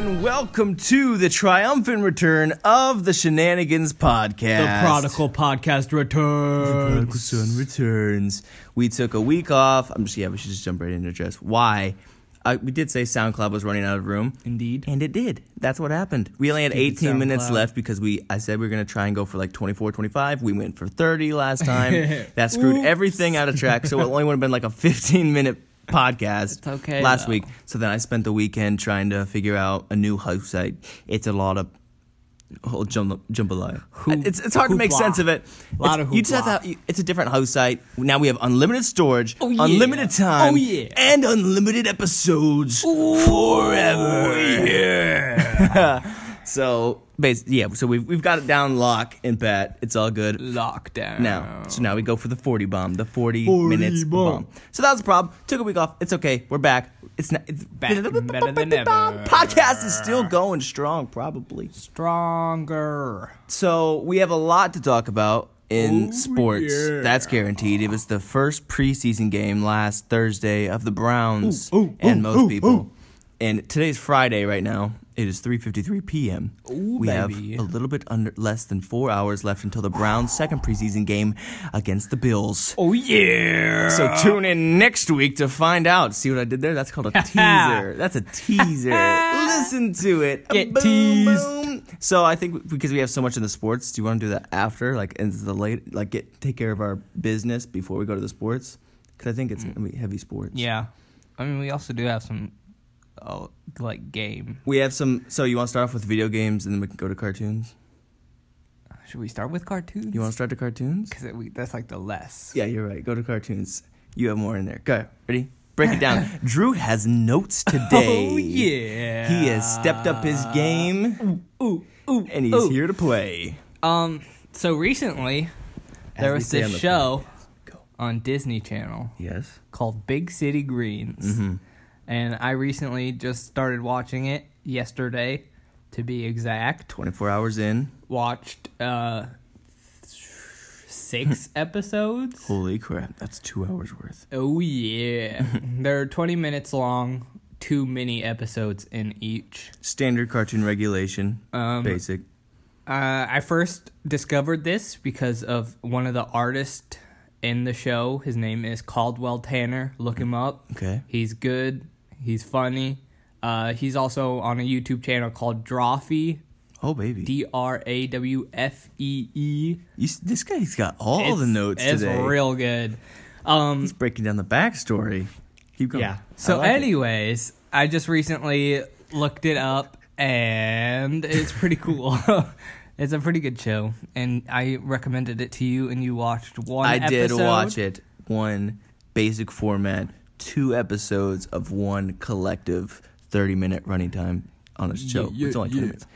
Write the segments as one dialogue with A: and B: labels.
A: welcome to the triumphant return of the Shenanigans
B: The
A: podcast.
B: Prodigal Podcast
A: Prodigal
B: returns.
A: Son returns. We took a week off. I'm just yeah. We should just jump right into address why. Uh, we did say SoundCloud was running out of room.
B: Indeed.
A: And it did. That's what happened. We only had
B: Stupid
A: 18 minutes
B: SoundCloud.
A: left because we I said we were going to try and go for like 24, 25. We went for 30 last time. that screwed
B: Oops.
A: everything out of track. So it only would have been like a 15 minute podcast
B: It's okay,
A: last
B: though.
A: week. So then I spent the weekend trying to figure out a new host site. It's a lot of whole jumble, jambalaya. it's, it's hard to make
B: hoopla.
A: sense of it.
B: Lot
A: It's-
B: of
A: you just have
B: hoopla.
A: to, it's a different host site. Now we have unlimited storage,
B: Oh, yeah.
A: unlimited time,
B: Oh, yeah.
A: and unlimited episodes forever. so, bas- yeah, so we've, we've got it down lock and pat. It's all good.
B: Lockdown.
A: Now, so now we go for the 40 bomb, the 40,
B: 40
A: minutes bomb.
B: bomb.
A: So that was a problem. Took a week off. It's okay. We're back. It's not, it's
B: Back better than ever.
A: Podcast is still going strong, probably.
B: Stronger.
A: So we have a lot to talk about in
B: Oh,
A: sports.
B: yeah.
A: That's guaranteed. It was the first preseason game last Thursday of the Browns
B: Ooh, ooh,
A: and
B: ooh,
A: most
B: ooh,
A: people.
B: ooh.
A: And today's Friday right now. It is 3:53 p.m.
B: Ooh,
A: we
B: baby.
A: have a little bit under less than 4 hours left until the Browns second preseason game against the Bills.
B: Oh, yeah.
A: So tune in next week to find out. See what I did there? That's called a teaser. That's a teaser. Listen to it.
B: Get teased.
A: boom. So I think because we have so much in the sports, do you want to do that after? Like into the late, like get take care of our business before we go to the sports? Because I think it's
B: Mm.
A: gonna be heavy sports.
C: Yeah, I mean, we also do have some, uh, like game.
A: We have some. So you want to start off with video games, and then we can go to cartoons.
C: Should we start with cartoons?
A: You want to start to cartoons?
C: Because that's like the less.
A: Yeah, you're right. Go to cartoons. You have more in there. Go. Ready? Break it down. Drew has notes today.
B: Oh, yeah.
A: He has stepped up his game
B: Ooh, ooh,
A: and he's
B: ooh.
A: here to play.
C: Um. So recently,
A: As
C: there
A: we
C: was
A: say on
C: this
A: the
C: show
A: podcast. Go.
C: on Disney Channel
A: Yes.
C: called Big City Greens, and I recently just started watching it yesterday, to be exact.
A: 24 hours in.
C: Watched uh six episodes.
A: Holy crap. That's two hours worth.
C: Oh yeah. They're 20 minutes long, two mini episodes in each.
A: Standard cartoon regulation.
C: Um
A: Basic.
C: uh, I first discovered this because of one of the artists in the show. His name is Caldwell Tanner. Look him up.
A: Okay.
C: He's good. He's funny. Uh, he's also on a YouTube channel called Drawfee.
A: Oh, baby.
C: D R A W F E E.
A: You s- this guy's got all the notes
C: It's
A: today.
C: real good. Um,
A: He's breaking down the backstory. Keep going.
C: Yeah.
A: I
C: So,
A: like it.
C: anyways, I just recently looked it up, and it's pretty cool. it's a pretty good show, and I recommended it to you, and you watched one.
A: I did
C: episode.
A: watch it. One basic format, two episodes of one collective 30 minute running time on a show.
C: yeah,
A: it's only 20
C: yeah.
A: minutes.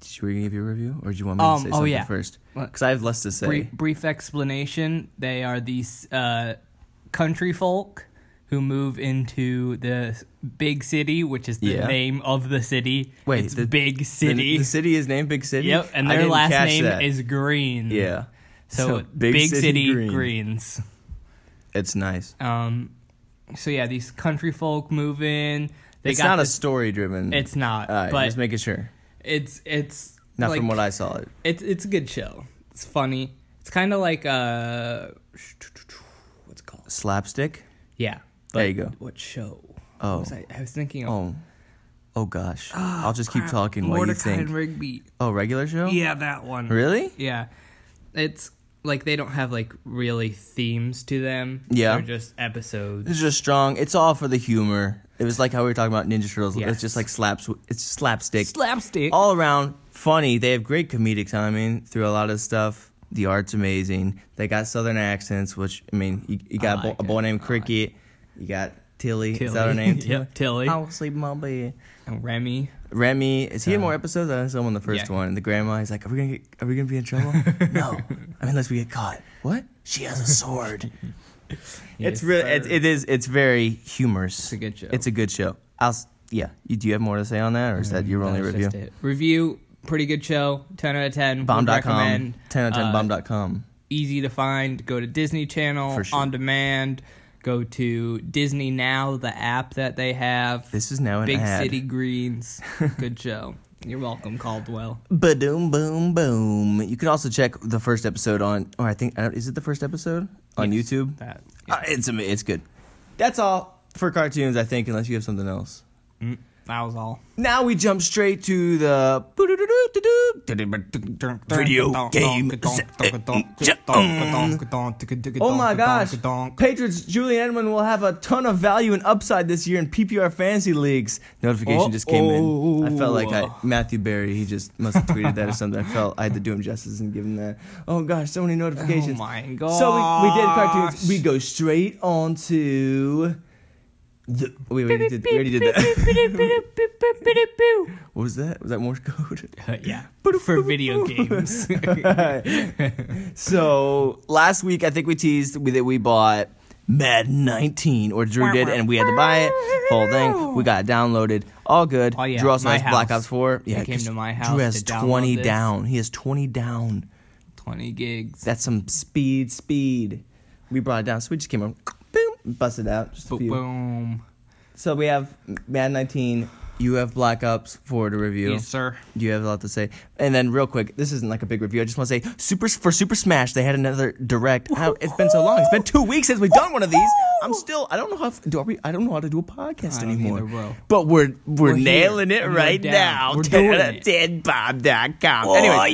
A: Did you give your review or do you want me
C: Um,
A: to say
C: oh,
A: something
C: yeah.
A: first?
C: What?
A: Because I have less to say.
C: Brief, brief explanation: They are these uh, country folk who move into the big city, which is the
A: Yeah.
C: name of the city.
A: Wait,
C: it's
A: the-
C: Big
A: The-
C: City.
A: The, city is named Big City?
C: Yep, and
A: I
C: their
A: didn't
C: last
A: catch
C: name
A: that.
C: is Green.
A: Yeah.
C: So,
A: So, Big
C: Big,
A: City
C: City,
A: Green.
C: Greens.
A: It's nice.
C: Um, so yeah, these country folk move in. They
A: It's
C: got
A: not
C: this-
A: a story driven.
C: It's not,
A: All right,
C: but
A: just making sure.
C: it's it's
A: Not
C: like,
A: from what I saw. It.
C: It's it's a good show. It's funny. It's kind of like uh, what's it called?
A: Slapstick?
C: Yeah.
A: There you go.
C: What show?
A: Oh.
C: Was I, I was thinking. Of,
A: Oh. Oh, gosh. I'll just keep
C: crap,
A: talking while you
C: Mordecai
A: think.
C: and Rigby.
A: oh, regular show?
C: Yeah, that one.
A: Really?
C: Yeah. It's like they don't have like really themes to them.
A: Yeah.
C: They're just episodes.
A: It's just strong. It's all for the humor. It was like how we were talking about Ninja Turtles. It's
C: Yes.
A: just like slaps. It's slapstick.
C: Slapstick.
A: all around funny. They have great comedic timing through a lot of stuff. The art's amazing. They got southern accents, which I mean, you, you got a,
C: like
A: bo- a boy
C: it.
A: named
C: I like
A: Cricket. You got Tilly. Is
C: Tilly.
A: that her name?
C: yep, Tilly.
A: I'll sleep in my bed.
C: And Remy.
A: Remy, is he in more episodes? I saw him on the first
C: Yeah.
A: one. And the grandma, he's like, "Are we gonna get? Are we gonna be in trouble? no. I mean, unless we get caught. What? She has a sword. it's
C: Yes,
A: really. It,
C: sir.
A: it is. It's very humorous.
C: It's a good show.
A: It's a good show. I'll, s- yeah. You, do you have more to say on that, or is that your only
C: That's
A: review?
C: Mm, just it. Review, pretty good show. 10 out of 10. would
A: Bomb.com.
C: recommend.
A: 10 out of 10
C: Uh,
A: bomb.com.
C: Easy to find. Go to Disney Channel,
A: For sure.
C: on demand. Go to Disney Now, the app that they have.
A: This is now an
C: Big
A: ad.
C: City Greens. Good show. You're welcome, Caldwell.
A: Boom, boom, boom. You can also check the first episode on, or I think, I don't- is it the first episode on
C: Yes,
A: YouTube?
C: That.
A: Uh, it's ama- it's good. That's all for cartoons, I think, unless you have something else.
C: Mm, that was all.
A: Now we jump straight to the video game. section. Oh my gosh! Patriots Julian Edelman will have a ton of value and upside this year in PPR fantasy leagues. Notification just came in. I felt like
C: Oh.
A: I, Matthew Barry. He just must have tweeted that or something. I felt I had to do him justice and give him that. Oh gosh, so many
C: Oh
A: notifications.
C: my gosh.
A: So we, we did cartoons. We go straight on to the. We already did, we already did that. What was that? Was that Morse code?
C: yeah. For video games.
A: so last week, I think we teased we, that we bought Madden 19, or Drew did, and we had to buy it. Whole thing. We got it downloaded. All good.
C: Oh, yeah,
A: Drew also
C: my
A: has Black
C: house.
A: Ops 4.
C: He came
A: 'cause
C: to my
A: Drew
C: house
A: has
C: to download
A: 20
C: this.
A: down. He has 20 down.
C: 20 gigs.
A: That's some speed, speed. We brought it down. So we just came on, boom, busted out. Just a
C: Boom.
A: few.
C: boom.
A: So we have Madden 19. You have Black Ops 4 to review.
C: Yes, sir.
A: You have a lot to say. And then, real quick, this isn't like a big review. I just want to say, super for Super Smash, they had another direct. How, it's been so long. It's been two weeks since we've done one of these. I'm still. I don't know how. Do we, I don't know how to do a podcast
C: I don't
A: anymore.
C: either, bro.
A: But we're we're,
C: We're here.
A: nailing it
C: We're
A: right
C: down.
A: now.
C: We're
A: 10
C: doing
A: out of
C: it.
A: 10 Bob.com.
C: Oh,
A: anyway,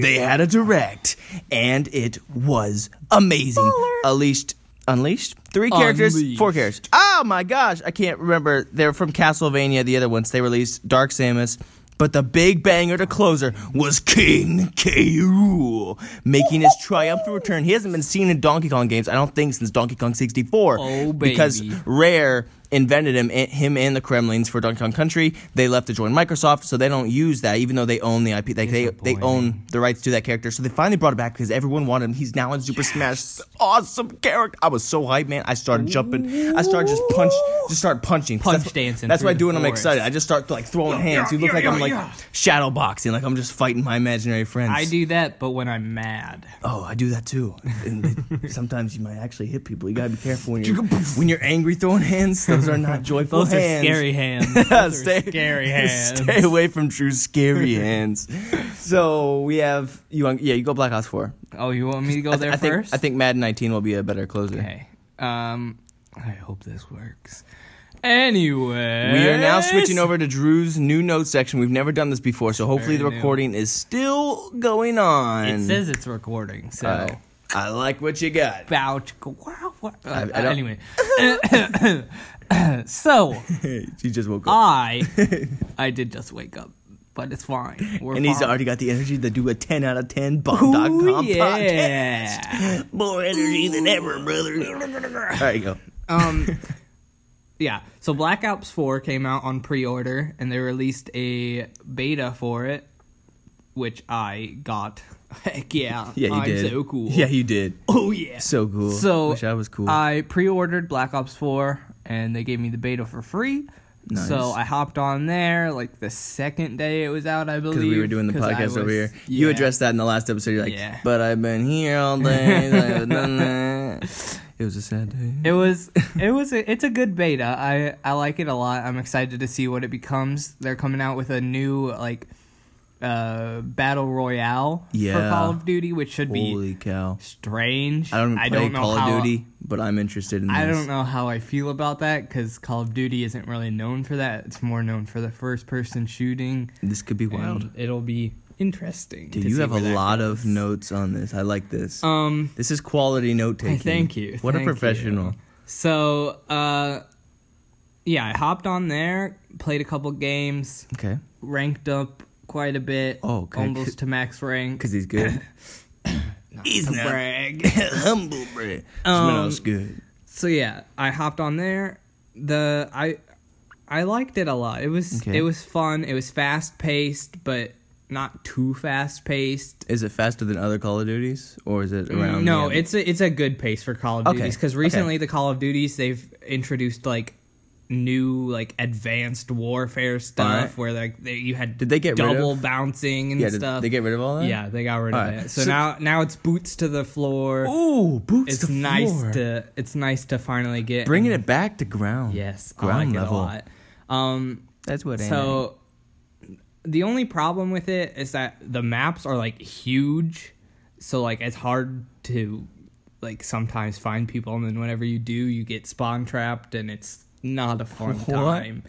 A: they had a direct, and it was amazing. Unleashed. Unleashed? Three characters, four
C: Unleashed.
A: characters. Oh my gosh, I can't remember. They're from Castlevania, the other ones. They released Dark Samus. But the big banger to closer was King K. Rool, making his triumphant return. He hasn't been seen in Donkey Kong games, I don't think, since Donkey Kong 64.
C: Oh,
A: Because
C: baby.
A: Rare invented him, him and the Kremlins for Donkey Kong Country. They left to join Microsoft, so they don't use that, even though they own the IP. Like they they own the rights to that character, so they finally brought it back because everyone wanted him. He's now in Super Smash. Awesome character! I was so hyped, man. I started jumping. I started just punch, just start punching. 'Cause
C: Punch
A: that's,
C: dancing
A: That's what I
C: through
A: do
C: the
A: when I'm
C: forest.
A: excited. I just start like throwing hands. You look
B: yeah,
A: like I'm
B: yeah,
A: like
B: yeah.
A: shadow boxing, like I'm just fighting my imaginary friends.
C: I do that, but when I'm mad.
A: Oh, I do that too. And sometimes you might actually hit people. You gotta be careful when you're when you're angry throwing hands. Those are not joyful
C: Those
A: hands.
C: are scary hands. Those
A: stay,
C: are scary hands.
A: Stay away from true scary hands. So we have you. Want, yeah, you go Black Ops Four.
C: Oh, you want me to go
A: I, th-
C: there
A: I think,
C: first?
A: I think Madden 19 will be a better closer.
C: Okay. Um, I hope this works. Anyway,
A: We are now switching over to Drew's new notes section. We've never done this before, so hopefully the
C: very new.
A: recording is still going on.
C: It says it's recording, so
A: All right. I like what you got.
C: about wow. wow. Uh,
A: Uh, I don't-
C: anyway, so
A: he just woke up,
C: I I did just wake up, but it's fine. We're
A: and he's
C: fine.
A: already got the energy to do a 10 out of 10
C: Ooh,
A: bomb.com podcast.
C: yeah.
A: More energy than ever, brother. All right, go.
C: um, yeah. So Black Ops Four came out on pre-order, and they released a beta for it, which I got. Heck yeah!
A: Yeah, you
C: I'm
A: did.
C: so cool.
A: Yeah, you did.
C: Oh yeah.
A: So cool.
C: So
A: wish I was cool.
C: I pre-ordered Black Ops 4, and they gave me the beta for free.
A: Nice.
C: So I hopped on there like the second day it was out, I believe.
A: because we were doing the
C: 'cause I
A: podcast over
C: was-
A: here. You
C: yeah.
A: addressed that in the last episode. You're like,
C: Yeah.
A: but I've been here all day. I haven't done that." It was a sad day.
C: It was it was a, it's a good beta. I I like it a lot. I'm excited to see what it becomes. They're coming out with a new like uh battle royale for
A: Yeah.
C: Call of Duty, which should be
A: Holy cow!
C: strange.
A: I don't even play
C: know
A: Call
C: how-
A: of Duty, but I'm interested in. This.
C: I don't know how I feel about that because Call of Duty isn't really known for that. It's more known for the first person shooting.
A: This could be
C: and
A: wild.
C: It'll be interesting.
A: Dude,
C: to
A: you
C: see
A: have a
C: where that
A: lot
C: goes.
A: of notes on this. I like this.
C: Um,
A: this is quality note taking.
C: thank you,
A: What
C: thank
A: a
C: you.
A: professional.
C: so uh, yeah, I hopped on there, played a couple games,
A: Okay,
C: ranked up quite a bit,
A: Oh, okay.
C: almost to max rank.
A: because he's good.
C: Not
A: he's
C: to
A: not.
C: brag.
A: Humble bread.
C: Um,
A: Smells good.
C: So yeah, I hopped on there. The I I liked it a lot. It was
A: Okay.
C: it was fun. It was fast paced, but not too fast paced.
A: Is it faster than other Call of Duties, or is it around?
C: No,
A: the-
C: it's a, it's a good pace for Call of
A: Okay,
C: Duties because
A: okay.
C: recently the Call of Duties they've introduced like new like advanced warfare stuff
A: Alright.
C: where like they, you had
A: Did they get rid
C: double
A: of-
C: bouncing and
A: Yeah, did
C: stuff.
A: they get rid of all that?
C: yeah, they got rid of
A: Alright.
C: it. So,
A: So-
C: now now it's boots to the floor.
A: Ooh, boots.
C: it's nice to it's nice to finally get
A: bringing it back to ground.
C: Yes,
A: ground
C: I like
A: level.
C: It a lot. Um,
A: That's what.
C: so the only problem with it is that the maps are like huge, so like it's hard to like sometimes find people, and then whenever you do, you get spawn trapped, and it's not a fun
A: What?
C: time.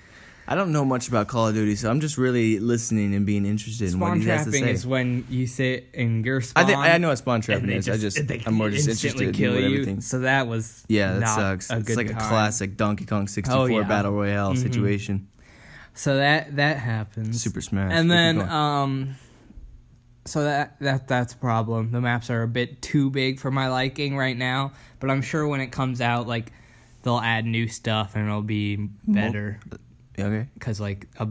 A: I don't know much about Call of Duty, so I'm just really listening and being interested in what
C: Spawn
A: he has to
C: trapping
A: say.
C: is when you sit in your spawn.
A: I think I know what spawn trapping
C: and they
A: is. I just
C: they
A: I'm more just
C: instantly
A: interested in what everything.
C: So that was
A: Yeah, that
C: not
A: sucks.
C: A
A: It's
C: good
A: like a
C: time. Oh,
A: classic Donkey Kong 64
C: yeah. Mm-hmm.
A: battle royale situation.
C: So that that happens.
A: Super Smash.
C: and
A: But keep
C: then
A: going.
C: um so that that that's a problem the maps are a bit too big for my liking right now but i'm sure when it comes out like they'll add new stuff and it'll be better
A: Yeah, okay.
C: because like a,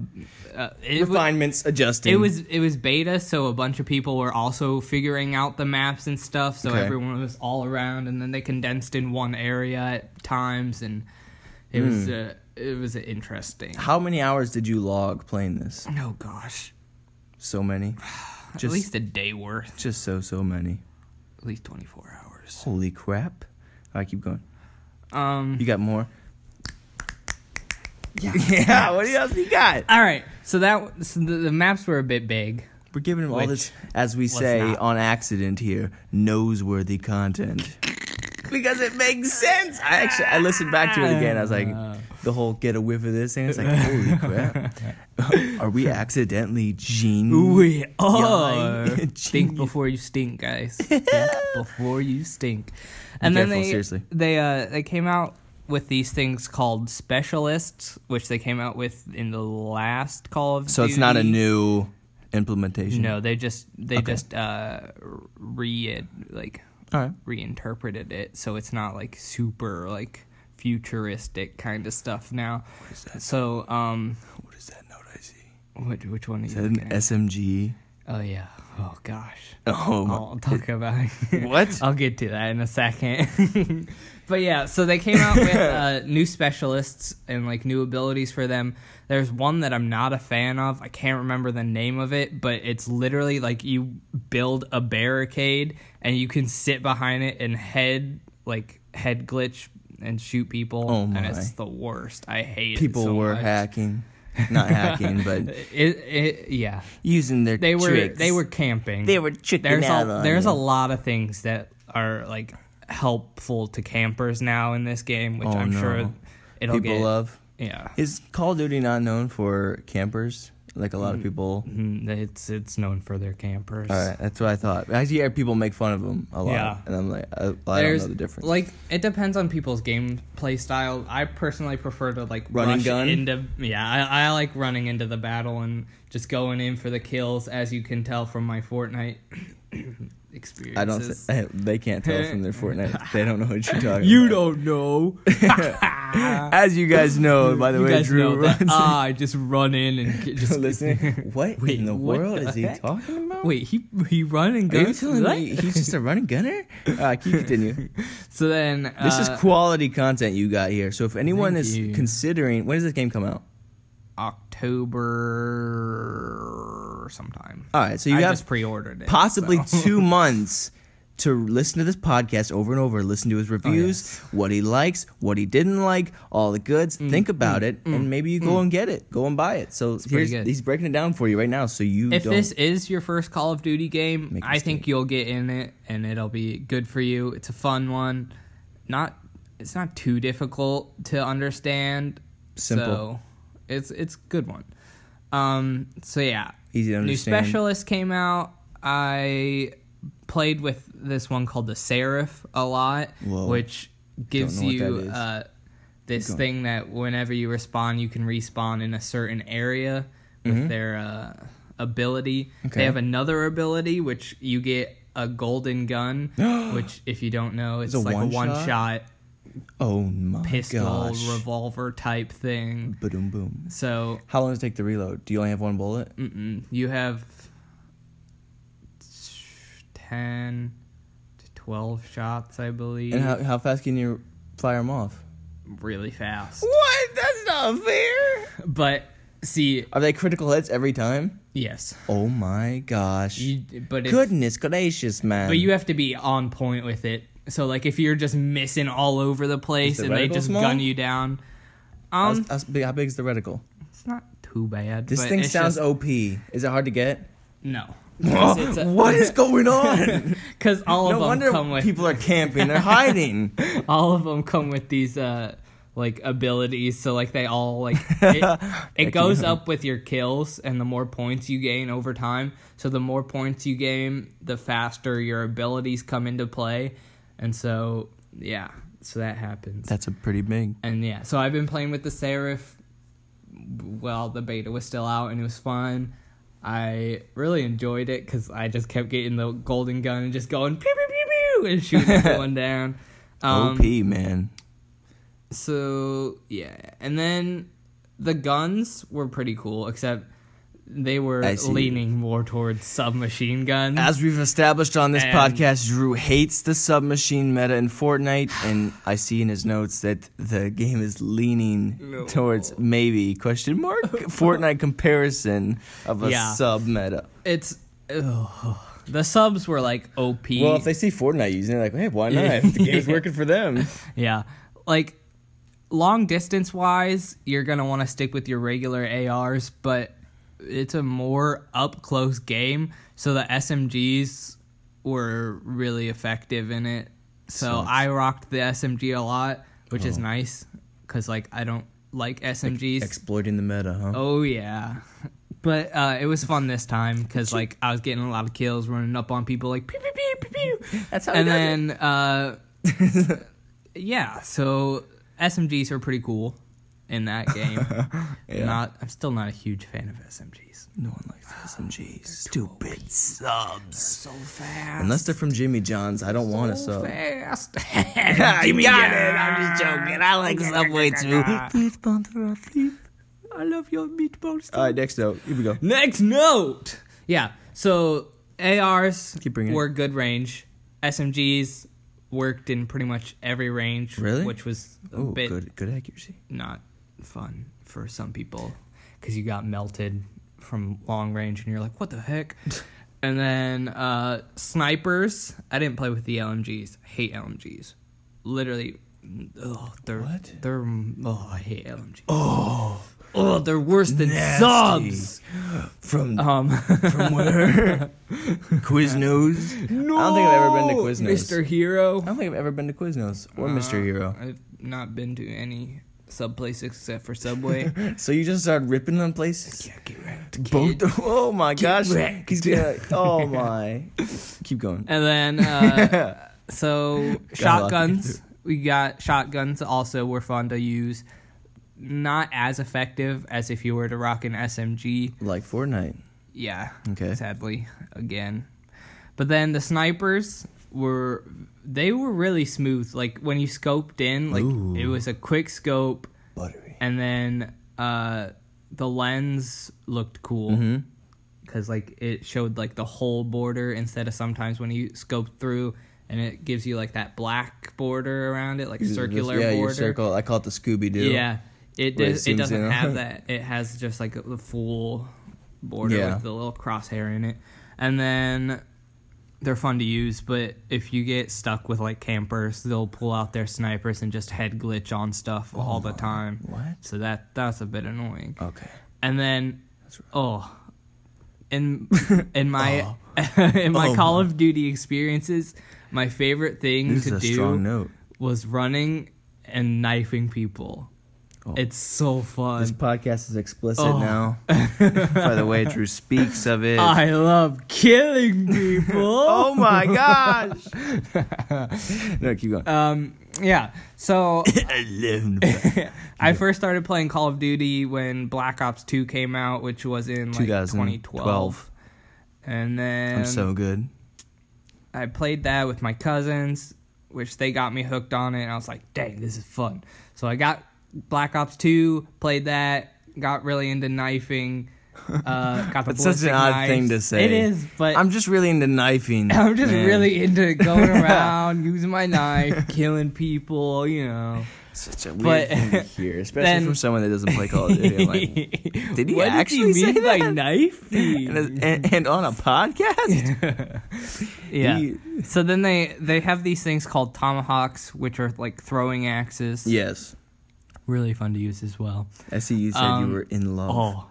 C: uh, it, wa-
A: Refinements adjusting.
C: it was it was beta so a bunch of people were also figuring out the maps and stuff so
A: Okay.
C: everyone was all around and then they condensed in one area at times and it
A: Hmm.
C: was uh, it was interesting
A: How many hours did you log playing this?
C: oh gosh
A: So many.
C: at
A: Just
C: least a day worth
A: just so so many.
C: at least 24 hours.
A: Holy crap. I keep going.
C: Um.
A: You got more?
C: Yeah.
A: Yeah, what else you got?
C: All right. So that so the, the maps were a bit big.
A: We're giving him all
C: Which
A: this, as we say
C: not.
A: on accident here, noseworthy content. because it makes sense. I actually I listened back to it again. I was like,
C: Ah.
A: the whole get a whiff of this thing. It's like, holy crap. Are we accidentally gene? are.
C: Think before you stink, guys. Think before you stink. And then
A: careful,
C: they
A: seriously.
C: they uh they came out with these things called specialists, which they came out with in the last Call of
A: So it's not a
C: Duty.
A: new implementation.
C: No, they just they
A: Okay.
C: just uh re like
A: All right.
C: reinterpreted it so it's not like super like futuristic kind of stuff now so um
A: What is that note I see?
C: which, which one are you
A: Is that an
C: looking at?
A: SMG?
C: oh yeah oh gosh
A: Oh,
C: i'll talk about it
A: what?
C: i'll get to that in a second but yeah so they came out with uh, new specialists and like new abilities for them there's one that i'm not a fan of i can't remember the name of it but it's literally like you build a barricade and you can sit behind it and head like head glitch and shoot people
A: Oh
C: and it's
A: my.
C: the worst i hate
A: People
C: it so
A: were
C: much.
A: hacking. Not hacking,
C: it,
A: but
C: it, yeah
A: using their
C: they were
A: tricks.
C: they were camping.
A: They were tricking
C: There's
A: out
C: a
A: on
C: there's
A: you.
C: a lot of things that are like helpful to campers now in this game, which
A: Oh,
C: I'm
A: no.
C: sure it'll
A: people
C: get.
A: love.
C: Yeah,
A: Is Call of Duty not known for campers? Like a lot of people.
C: Mm, it's it's known for their campers.
A: All right, that's what I thought. I hear people make fun of them a lot,
C: Yeah.
A: and I'm like, I, I don't
C: There's
A: know the difference.
C: like it depends on people's gameplay style. I personally prefer to like
A: Run and
C: rush
A: gun?
C: into yeah. I, I like running into the battle and just going in for the kills, as you can tell from my Fortnite experiences.
A: I don't. Th- they can't tell from their Fortnite. They don't know what you're talking.
C: you
A: about.
C: don't know.
A: As you guys know, Oh, by the
C: you
A: way,
C: guys
A: Drew
C: know that Ah,
A: runs.
C: I just run in and get, just
A: listening. What
C: Wait,
A: in the
C: what
A: world
C: the
A: is he
C: heck?
A: talking about?
C: Wait, he he run and
A: Are you
C: goes.
A: telling
C: what?
A: me he's just a running gunner? Uh, keep continuing.
C: So then uh,
A: This is quality content you got here. So if anyone
C: Thank
A: is
C: you.
A: considering, when does this game come out?
C: October sometime.
A: All right, so you
C: I
A: have
C: just pre-ordered it.
A: possibly
C: so.
A: two months to listen to this podcast over and over, listen
C: Oh,
A: to his reviews, what he likes, what he didn't like, all the goods.
C: Mm,
A: Think about it, and maybe you go and get it, go and buy it. So
C: pretty
A: here's,
C: good.
A: he's breaking it down for you right now, so you
C: If
A: don't.
C: this is your first Call of Duty game,
A: Make a
C: I think you'll get in it and it'll be good for you. It's a fun one. Not it's not too difficult to understand.
A: Simple.
C: So it's it's a good one. Um so yeah.
A: Easy to understand.
C: New Specialist came out. I played with this one called the Seraph a lot,
A: Whoa.
C: which gives
A: know what
C: you
A: that is.
C: uh this
A: going.
C: thing that whenever you respawn, you can respawn in a certain area with their uh, ability.
A: Okay.
C: They have another ability, which you get a golden gun, which, if you don't know, it's,
A: a
C: like a
A: one-shot?
C: one shot
A: oh my
C: pistol,
A: gosh!
C: revolver type thing.
A: Boom boom.
C: So
A: How long does it take to reload? Do you only have one bullet?
C: mm-mm, you have 10 to 12 shots, I believe.
A: And how, how fast can you fire them off?
C: really fast.
A: What? That's not not fair.
C: But see,
A: Are they critical hits every time?
C: yes,
A: Oh my gosh.
C: you, but if,
A: Goodness gracious, man.
C: but you have to be on point with it. So like if you're just missing all over the place
A: the
C: and they
A: reticle
C: just
A: small?
C: gun you down,
A: How-
C: um,
A: how big- how big is the reticle?
C: it's not too bad.
A: This
C: but
A: thing
C: it's
A: sounds
C: just-
A: OP. Is it hard to get?
C: no. It's a-
A: what is going on?
C: Because all
A: no
C: of them come
A: wonder
C: with
A: people are camping. They're hiding.
C: all of them come with these uh like abilities. So like they all like it, it goes up with your kills, and the more points you gain over time. So the more points you gain, the faster your abilities come into play, and so yeah, so that happens.
A: That's a pretty big.
C: and yeah, so I've been playing with the Seraph while the beta was still out, and it was fun. I really enjoyed it because I just kept getting the golden gun and just going pew pew pew pew and shooting everyone down. Um,
A: OP, man.
C: So yeah, and then the guns were pretty cool, except they were
A: I see.
C: leaning more towards submachine guns.
A: As we've established on this
C: mm. And-
A: podcast, Drew hates the submachine meta in Fortnite, and I see in his notes that the game is leaning towards maybe question mark Fortnite comparison of a
C: Yeah.
A: sub meta.
C: it's ugh. the subs were like OP.
A: Well, if they see Fortnite using it, like, hey, why not?
C: Yeah.
A: The game's working for them.
C: yeah, like long distance wise, you're gonna want to stick with your regular ARs, but it's a more up close game, so the SMGs were really effective in it. So
A: Sucks.
C: I rocked the SMG a lot, which is nice because like I don't like SMGs.
A: Exploiting the meta, huh?
C: oh yeah. But uh, it was fun this time because like I was getting a lot of kills, running up on people like pew pew pew pew pew
A: That's how
C: and
A: he does
C: then uh yeah so smgs are pretty cool in that game
A: Yeah.
C: not i'm still not a huge fan of smgs
A: No one likes
C: Oh,
A: SMGs. Stupid subs.
C: so fast
A: Unless they're from Jimmy John's, I don't want a sub.
C: fast
A: you got it. I'm just joking. I like Subway too. Please sponsor us. please.
C: i love your meatballs
A: All right, next note. Here we go.
C: next note yeah so ars
A: Keep bringing it.
C: were good range smgs worked in pretty much every range
A: Really?
C: which was a
A: Oh,
C: bit
A: good, good accuracy.
C: not fun for some people because you got melted from long range and you're like, what the heck? and then uh, snipers. I didn't play with the LMGs. Hate LMGs. Literally, oh, they're
A: What?
C: they're oh, I hate LMGs. Oh, oh, they're worse than subs.
A: From
C: Um, I
A: from where? Quiznos. I don't think I've ever been to Quiznos.
C: Mr. Hero.
A: I don't think I've ever been to Quiznos
C: Uh,
A: or Mr. Hero.
C: I've not been to any sub place except for Subway.
A: So you just started ripping on places.
C: uh, get wrecked,
A: Both.
C: kid.
A: Oh my gosh.
C: wrecked.
A: He's gonna. Oh my. Keep going.
C: And then uh, so
A: Got a lot to get
C: shotguns. We got shotguns also were fun to use. Not as effective as if you were to rock an SMG.
A: Like Fortnite.
C: Yeah.
A: Okay.
C: Sadly, again. But then the snipers were they were really smooth. Like when you scoped in, like
A: Ooh.
C: it was a quick scope
A: Buttery.
C: and then uh the lens looked cool
A: Mm-hmm.
C: because like it showed like the whole border instead of sometimes when you scope through and it gives you like that black border around it like a circular
A: yeah,
C: border
A: Your circle. I call it the Scooby Doo.
C: yeah it
A: Where it
C: does,
A: zooms
C: it
A: in
C: doesn't
A: on
C: have
A: it.
C: that it has just like the full border
A: Yeah.
C: with the little crosshair in it and then they're fun to use but if you get stuck with like campers they'll pull out their snipers and just head glitch on stuff all
A: Oh,
C: the time
A: What?
C: so that that's a bit annoying.
A: Okay.
C: And then oh in in my in my
A: Oh.
C: Call of Duty experiences, my favorite thing
A: This is
C: to
A: a
C: do
A: strong note.
C: was running and knifing people.
A: Oh.
C: It's so
A: This
C: fun.
A: podcast is explicit
C: Oh.
A: now. By the way, Drew speaks of it.
C: I love killing people.
A: oh my gosh! no, keep going.
C: Um yeah. So
A: Alone.
C: I first started playing Call of Duty when Black Ops 2 came out, which was in like
A: 2012.
C: 2012. And then
A: I'm so good.
C: I played that with my cousins, which they got me hooked on it. And I was like, dang, this is fun. So I got Black Ops 2, played that, got really into knifing, Uh, got the
A: That's such
C: ballistic
A: an odd
C: knives.
A: thing to say.
C: It is, but
A: I'm just really into knifing.
C: I'm just
A: man.
C: really into going around using my knife, killing people, you know.
A: such a
C: but-
A: weird thing to hear, especially
C: then-
A: from someone that doesn't play Call of Duty. I'm like, did he
C: what
A: actually
C: did he mean
A: say
C: by
A: that?
C: knife?
A: and, and, and on a podcast?
C: yeah.
A: He-
C: So then they they have these things called tomahawks, which are like throwing axes.
A: yes.
C: Really fun to use as well.
A: I see you said
C: Um,
A: you were in love
C: Oh.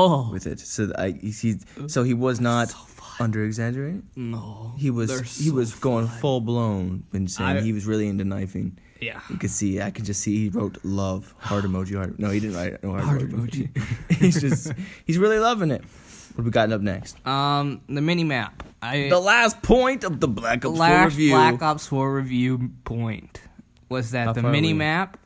C: Oh.
A: with it. So th- I, he, he- so he was not under exaggerating.
C: no.
A: He was
C: They're
A: he
C: so
A: was going
C: fun.
A: full blown and saying
C: I-
A: he was really into knifing.
C: Yeah.
A: You could see I could just see he wrote love heart emoji heart. No, he didn't write no heart,
C: Heart
A: emoji. he's just he's really loving it. What have we gotten up next?
C: Um the mini map. I
A: The last point of the Black Ops 4
C: last
A: review.
C: Black Ops 4 review point was that
A: How
C: the
A: far are we?
C: mini map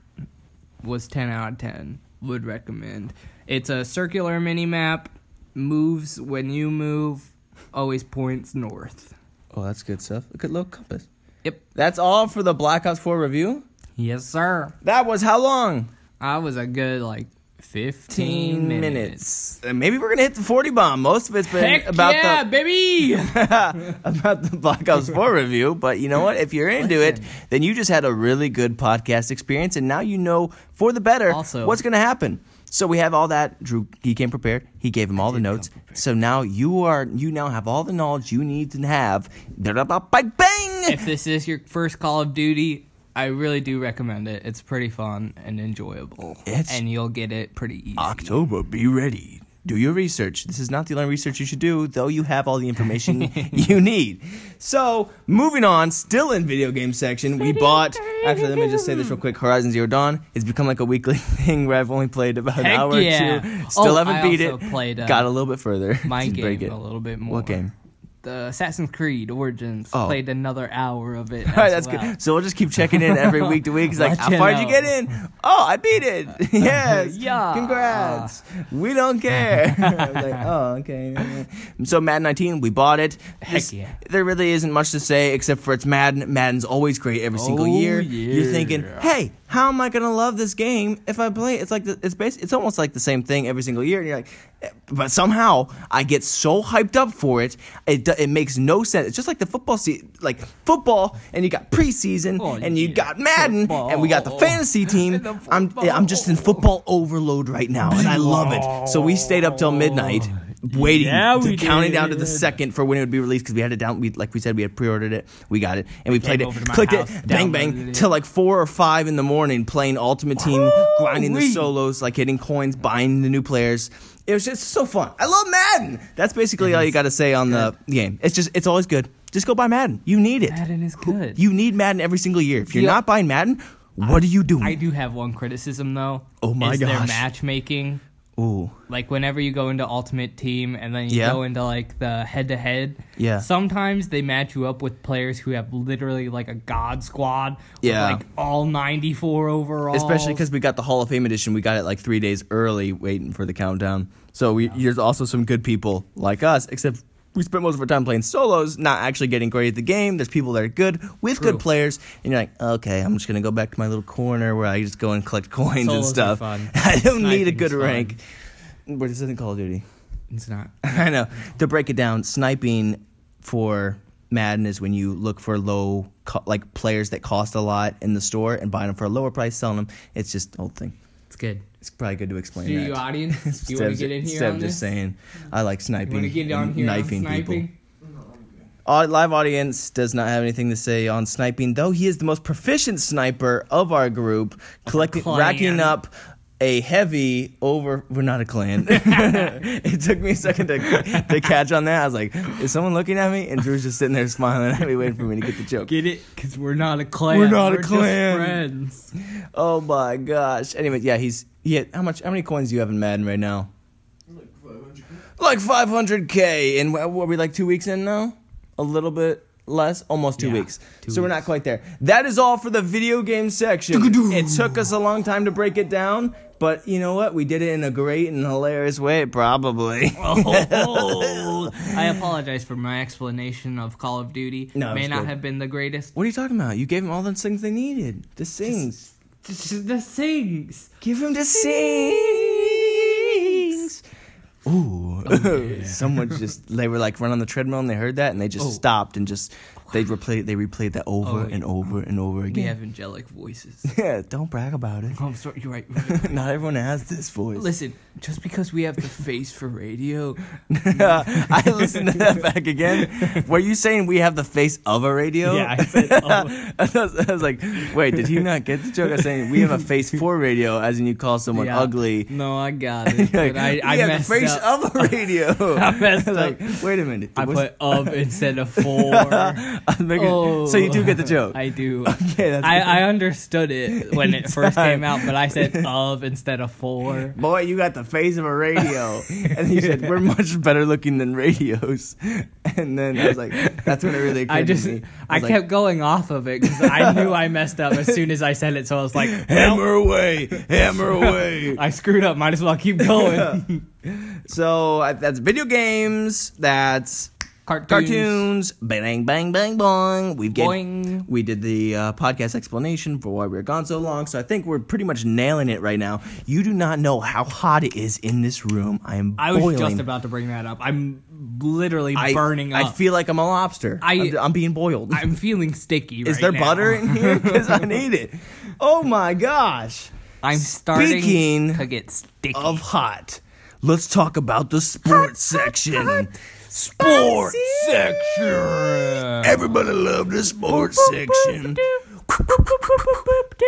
C: was 10 out of 10. Would recommend. It's a circular mini map. Moves when you move. Always points north.
A: oh, that's good stuff. A good little compass.
C: Yep.
A: That's all for the Black Ops 4 review.
C: Yes, sir.
A: That was how long?
C: I was a good like 15
A: 15
C: minutes.
A: minutes. And maybe we're going to hit the 40 bomb. Most of it's been
C: Heck
A: about
C: yeah,
A: the
C: baby!
A: about the Black Ops 4 review, but you know what? If you're into it,
C: Listen.
A: then you just had a really good podcast experience and now you know for the better
C: Also-
A: what's going to happen. So we have all that. Drew he came prepared. He gave him all the
C: did come
A: notes. So now you are you now have all the knowledge you need to have. Bang bang.
C: if this is your first Call of Duty, I really do recommend it. It's pretty fun and enjoyable,
A: It's-
C: and you'll get it pretty easy.
A: October, be ready. Do your research. This is not the only research you should do, though you have all the information you need. So, moving on, still in video game section, we bought. Actually, let me just say this real quick Horizon Zero Dawn has become like a weekly thing where I've only played about an
C: Heck
A: hour
C: yeah.
A: or two. Still
C: Oh,
A: haven't
C: I
A: beat
C: also
A: it.
C: played, uh,
A: Got a little bit further.
C: My
A: Didn't break it.
C: game a little bit more.
A: What game?
C: The Assassin's Creed Origins.
A: Oh.
C: Played another hour of it.
A: All right, that's
C: as well.
A: good. So we'll just keep checking in every week to week. It's like,
C: Let
A: how
C: you
A: far did you
C: know."
A: get in? Oh, I beat it. yes.
C: Yeah.
A: Congrats. We don't care. like, oh, okay. So Madden 19, we bought it. This-
C: yeah.
A: There really isn't much to say except for it's Madden. Madden's always great every single
C: Oh,
A: year. You're
C: yeah.
A: thinking, hey, how am I gonna love this game if I play? it? It's like the, it's basi- it's almost like the same thing every single year, and you're like, eh, but somehow I get so hyped up for it, it do- it makes no sense. It's just like the football season, like football, and you got preseason,
C: Oh,
A: and you
C: yeah.
A: got Madden, and we got the
C: Football.
A: fantasy team.
C: The
A: I'm eh,
C: football.
A: I'm just in football overload right now, and I love it. So we stayed up till midnight. Waiting,
C: Oh, Yeah,
A: to-
C: we
A: counting down to the
C: did.
A: second for when it would be released because we had to down. We like we said we had pre-ordered it, we got it, and we played
C: over
A: it,
C: to my
A: clicked
C: house,
A: it, bang
C: downloaded
A: bang,
C: it.
A: till like four or five in the morning, playing Ultimate Team, grinding the
C: Woo-wee.
A: solos, like hitting coins, buying the new players. It was just so fun. I love Madden. That's basically all you got to say on the game. It's just it's always good. Just go buy Madden. You need it.
C: Madden is good.
A: You need Madden every single year. If you're
C: Yeah.
A: not buying Madden, what are you doing?
C: I do have one criticism though.
A: Oh my
C: is Their
A: gosh.
C: matchmaking.
A: Ooh,
C: like whenever you go into ultimate team and then you
A: Yeah.
C: go into like the head to head
A: Yeah.
C: sometimes they match you up with players who have literally like a god squad with,
A: Yeah.
C: like all 94 overall
A: especially because we got the Hall of Fame edition. We got it like three days early, waiting for the countdown. So we, there's also some good people like us, except we spent most of our time playing solos, not actually getting great at the game. There's people that are good with
C: True.
A: good players, and you're like, okay, I'm just gonna go back to my little corner where I just go and collect coins and
C: Solos are
A: stuff.
C: fun.
A: I don't need a
C: Sniping's
A: good
C: fun.
A: rank. But it's in Call of Duty.
C: it's not
A: I know. To break it down, sniping for Madden is when you look for low, co- like players that cost a lot in the store and buying them for a lower price, selling them. It's just the whole thing.
C: it's good
A: It's probably good to explain
C: do
A: that.
C: you audience do
A: Instead
C: you want
A: of
C: to get
A: ju-
C: in
A: instead
C: here on
A: of
C: this
A: just saying, I like
C: you
A: sniping,
C: want to get on
A: and
C: here
A: knifing
C: on sniping
A: people. Our live audience does not have anything to say on sniping, though he is the most proficient sniper of our group, collecting,
C: clan.
A: racking up a heavy over. We're not a clan. it took me a second to, to catch on that. I was like, is someone looking at me? And Drew's just sitting there smiling at me, waiting for me to get the joke.
C: get it because we're not a clan
A: We're not a
C: just
A: clan.
C: friends
A: Oh my gosh. Anyway, yeah, he's he had, how much how many coins do you have in Madden right now? Like 500k and wh- what are we like 2 weeks in now? A little bit less, almost 2
C: Yeah,
A: weeks.
C: two
A: so we're
C: weeks.
A: not quite there. That is all for the video game section. It took us a long time to break it down, but you know what? We did it in a great and hilarious way probably.
C: oh, i apologize for my explanation of call of duty
A: No, it
C: may
A: was
C: not
A: good.
C: have been the greatest
A: What are you talking about? You gave him all the things they needed. The sings.
C: the things
A: Give him the sings. ooh.
C: Oh,
A: Someone just they were like run on the treadmill and they heard that and they just
C: Oh.
A: stopped and just they replayed they replayed that over
C: Oh,
A: and over and over
C: We
A: again.
C: have angelic voices.
A: Yeah, don't brag about it.
C: Oh, I'm sorry, you're right. you're right.
A: Not everyone has this voice.
C: Listen, just because we have the face for radio,
A: I listened to that back again. Were you saying we have the face of a radio?
B: Yeah, I said, oh,
A: I was, I was like, wait, did he not get the joke? I was saying we have a face for radio, as in you call someone
C: Yeah.
A: ugly.
C: no, I got it.
A: Like,
C: But I, I
A: we have
C: messed
A: the face
C: up.
A: of a radio.
C: I messed
A: like,
C: up.
A: wait a minute.
C: I
A: what's-
C: put of instead of for.
A: I'm making- So you do get the joke.
C: I do.
A: okay, that's
C: I,
A: good.
C: I understood it when it first
A: Anytime.
C: came out, but I said of instead of for.
A: Boy, you got the face of a radio. and he said, We're much better looking than radios. And then I was like, That's when it really occurred
C: I just
A: to me.
C: I,
A: was like,
C: kept going off of it because I knew I messed up as soon as I said it. So I was like, "Nope,
A: Hammer away, hammer away.
C: I screwed up. Might as well keep going.
A: so I, that's video games. That's
C: Cartoons.
A: cartoons. Bang, bang, bang, bang. We've
C: Boing.
A: get, we did the uh, podcast explanation for why we were gone so long. So I think we're pretty much nailing it right now. You do not know how hot it is in this room. I am
C: I was
A: boiling.
C: just about to bring that up. I'm literally
A: I,
C: burning
A: I
C: up.
A: feel like I'm a lobster.
C: I-
A: I, am being boiled.
C: I'm feeling sticky.
A: is
C: right
A: there
C: now.
A: butter in here? Because I need it. Oh my gosh.
C: I'm starting
A: Speaking
C: to get sticky.
A: of hot. Let's talk about the sports section. Sports section. Everybody love the sports section.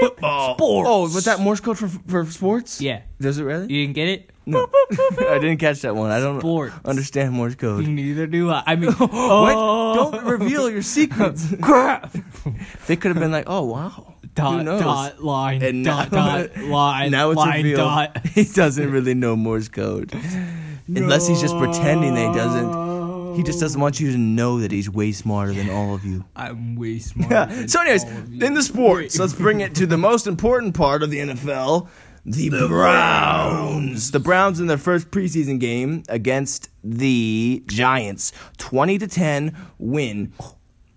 A: Football. Sports. Oh, was that Morse code for, for sports?
C: yeah,
A: Does it really?
C: you didn't get it.
A: No. I didn't catch that one. I don't
C: Sports.
A: understand Morse code.
C: Neither do I. I mean,
A: What?
C: oh,
A: Don't reveal your secrets. they could have been like, oh, wow. Who
C: dot
A: knows?
C: dot line
A: And
C: dot
A: now-
C: dot line
A: now it's
C: line
A: revealed
C: dot.
A: he doesn't really know Morse code, unless he's just pretending that he doesn't. He just doesn't want you to know that he's way smarter than all of you.
C: I'm way smarter.
A: Yeah.
C: than
A: So, anyways,
C: all of you.
A: in the sports, let's bring it to the most important part of the NFL: the, Browns. The Browns in their first preseason game against the Giants, twenty to ten win.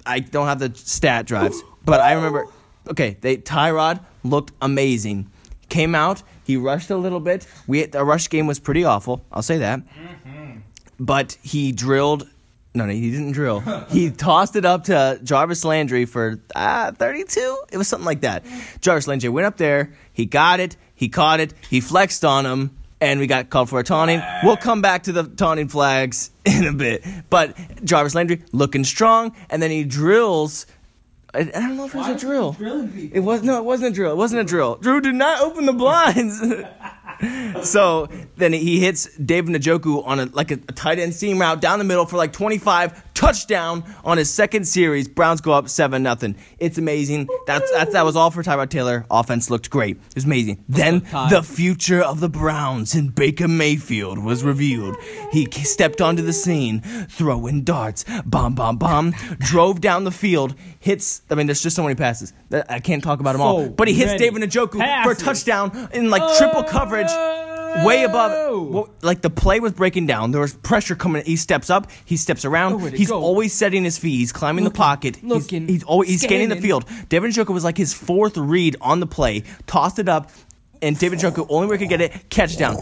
A: I don't have the stat drives, but I remember. Okay, they Tyrod looked amazing. Came out, he rushed a little bit. We the rush game was pretty awful. I'll say that but he drilled. No, no, he didn't drill. he tossed it up to Jarvis Landry for uh, 32. It was something like that. Jarvis Landry went up there. He got it. He caught it. He flexed on him, and we got called for a taunting. We'll come back to the taunting flags in a bit. But Jarvis Landry looking strong, and then he drills. I, I don't know if it was a drill. It was no, it wasn't a drill. It wasn't a drill. Drew did not open the blinds. so then he hits David Njoku on a like a, a tight end seam route down the middle for like 25 touchdown on his second series. Browns go up seven nothing. It's amazing. That's, that's that was all for Tyrod Taylor. Offense looked great. It was amazing. Then
C: Ty.
A: the future of the Browns in Baker Mayfield was revealed. He k- stepped onto the scene, throwing darts, bomb, bomb, bomb, drove down the field, hits. I mean, there's just so many passes. That- I can't talk about them all.
C: So
A: But he hits
C: many
A: David Njoku for a
C: passes.
A: touchdown in like triple coverage way
C: Oh.
A: above well, like the play was breaking down there was pressure coming he steps up he steps around
C: Nowhere to
A: he's
C: go.
A: always setting his feet he's climbing the pocket
C: looking,
A: he's, he's always he's scanning the
C: scanning.
A: field david Njoku was like his fourth read on the play tossed it up and david Njoku only way he could get it catch down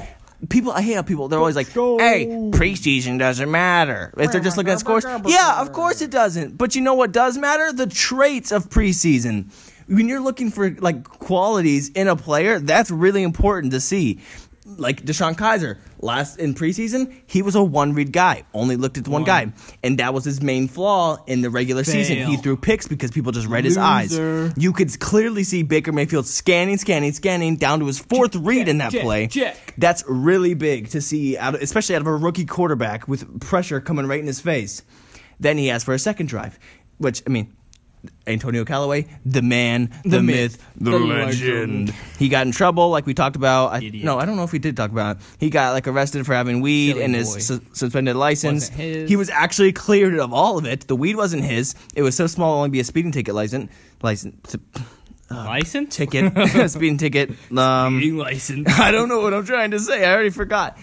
A: People, I hate how people. They're always like,
B: go.
A: "Hey, preseason doesn't matter." If they're just looking at scores, yeah, of course it doesn't. But you know what does matter? The traits of preseason. When you're looking for like qualities in a player, that's really important to see like Deshaun Kaiser last in preseason, he was a one read guy, only looked at one, guy, and that was his main flaw in the regular season.
C: Fail.
A: He threw picks because people just read his
C: Loser.
A: eyes. You could clearly see Baker Mayfield scanning, scanning, scanning down to his fourth read in that
C: check,
A: play.
C: check.
A: That's really big to see out, of, especially out of a rookie quarterback with pressure coming right in his face. Then he asked for a second drive, which I mean. Antonio Callaway, the man, the, myth,
C: myth,
A: the,
C: the
A: legend. He got in trouble, like we talked about. I,
C: Idiot.
A: no, I don't know if we did talk about it. He got like arrested for having weed
C: Silly
A: and
C: boy.
A: his su- suspended license.
C: Wasn't his.
A: He was actually cleared of all of it. The weed wasn't his. It was so small, it'll only be a speeding ticket license. License
C: Uh, license
A: ticket. speeding ticket. Um,
C: license.
A: I don't know what I'm trying to say. I already forgot.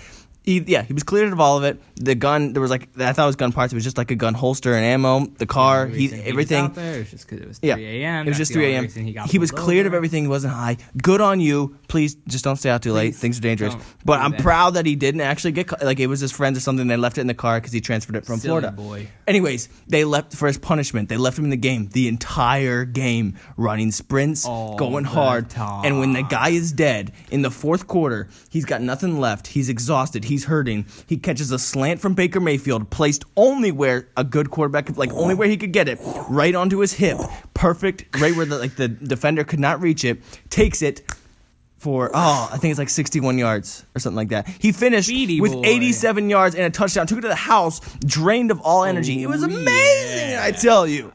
A: He, yeah, he was cleared of all of it. The gun, there was like I thought it was gun parts. It was just like a gun holster and ammo. The car,
C: The
A: he,
C: reason
A: everything.
C: He was out there was just 'cause it was 3
A: yeah,
C: a.m.
A: It was
C: That's
A: just
C: the only
A: 3 a.m.
C: reason
A: He,
C: got
A: was
C: pulled
A: cleared of
C: over.
A: everything. He wasn't high. Good on you. Please just don't stay out too late.
C: Please
A: Things are dangerous.
C: don't
A: But
C: do
A: I'm
C: that.
A: proud that he didn't actually get caught. like it was his friends or something. They left it in the car because he transferred it from
C: Silly
A: Florida.
C: boy.
A: Anyways, they left for his punishment. They left him in the game the entire game, running sprints,
C: All
A: going
C: Oh, the
A: hard.
C: time.
A: And when the guy is dead in the fourth quarter, he's got nothing left. He's exhausted. He's hurting. He catches a slant from Baker Mayfield, placed only where a good quarterback, like only where he could get it, right onto his hip, perfect, right where the like the defender could not reach it. Takes it. For oh, I think it's like 61 yards or something like that. He finished
C: Speedy
A: with
C: boy.
A: 87 yards and a touchdown. Took it to the house, drained of all energy. It was
C: Oh,
A: amazing,
C: yeah.
A: I tell you.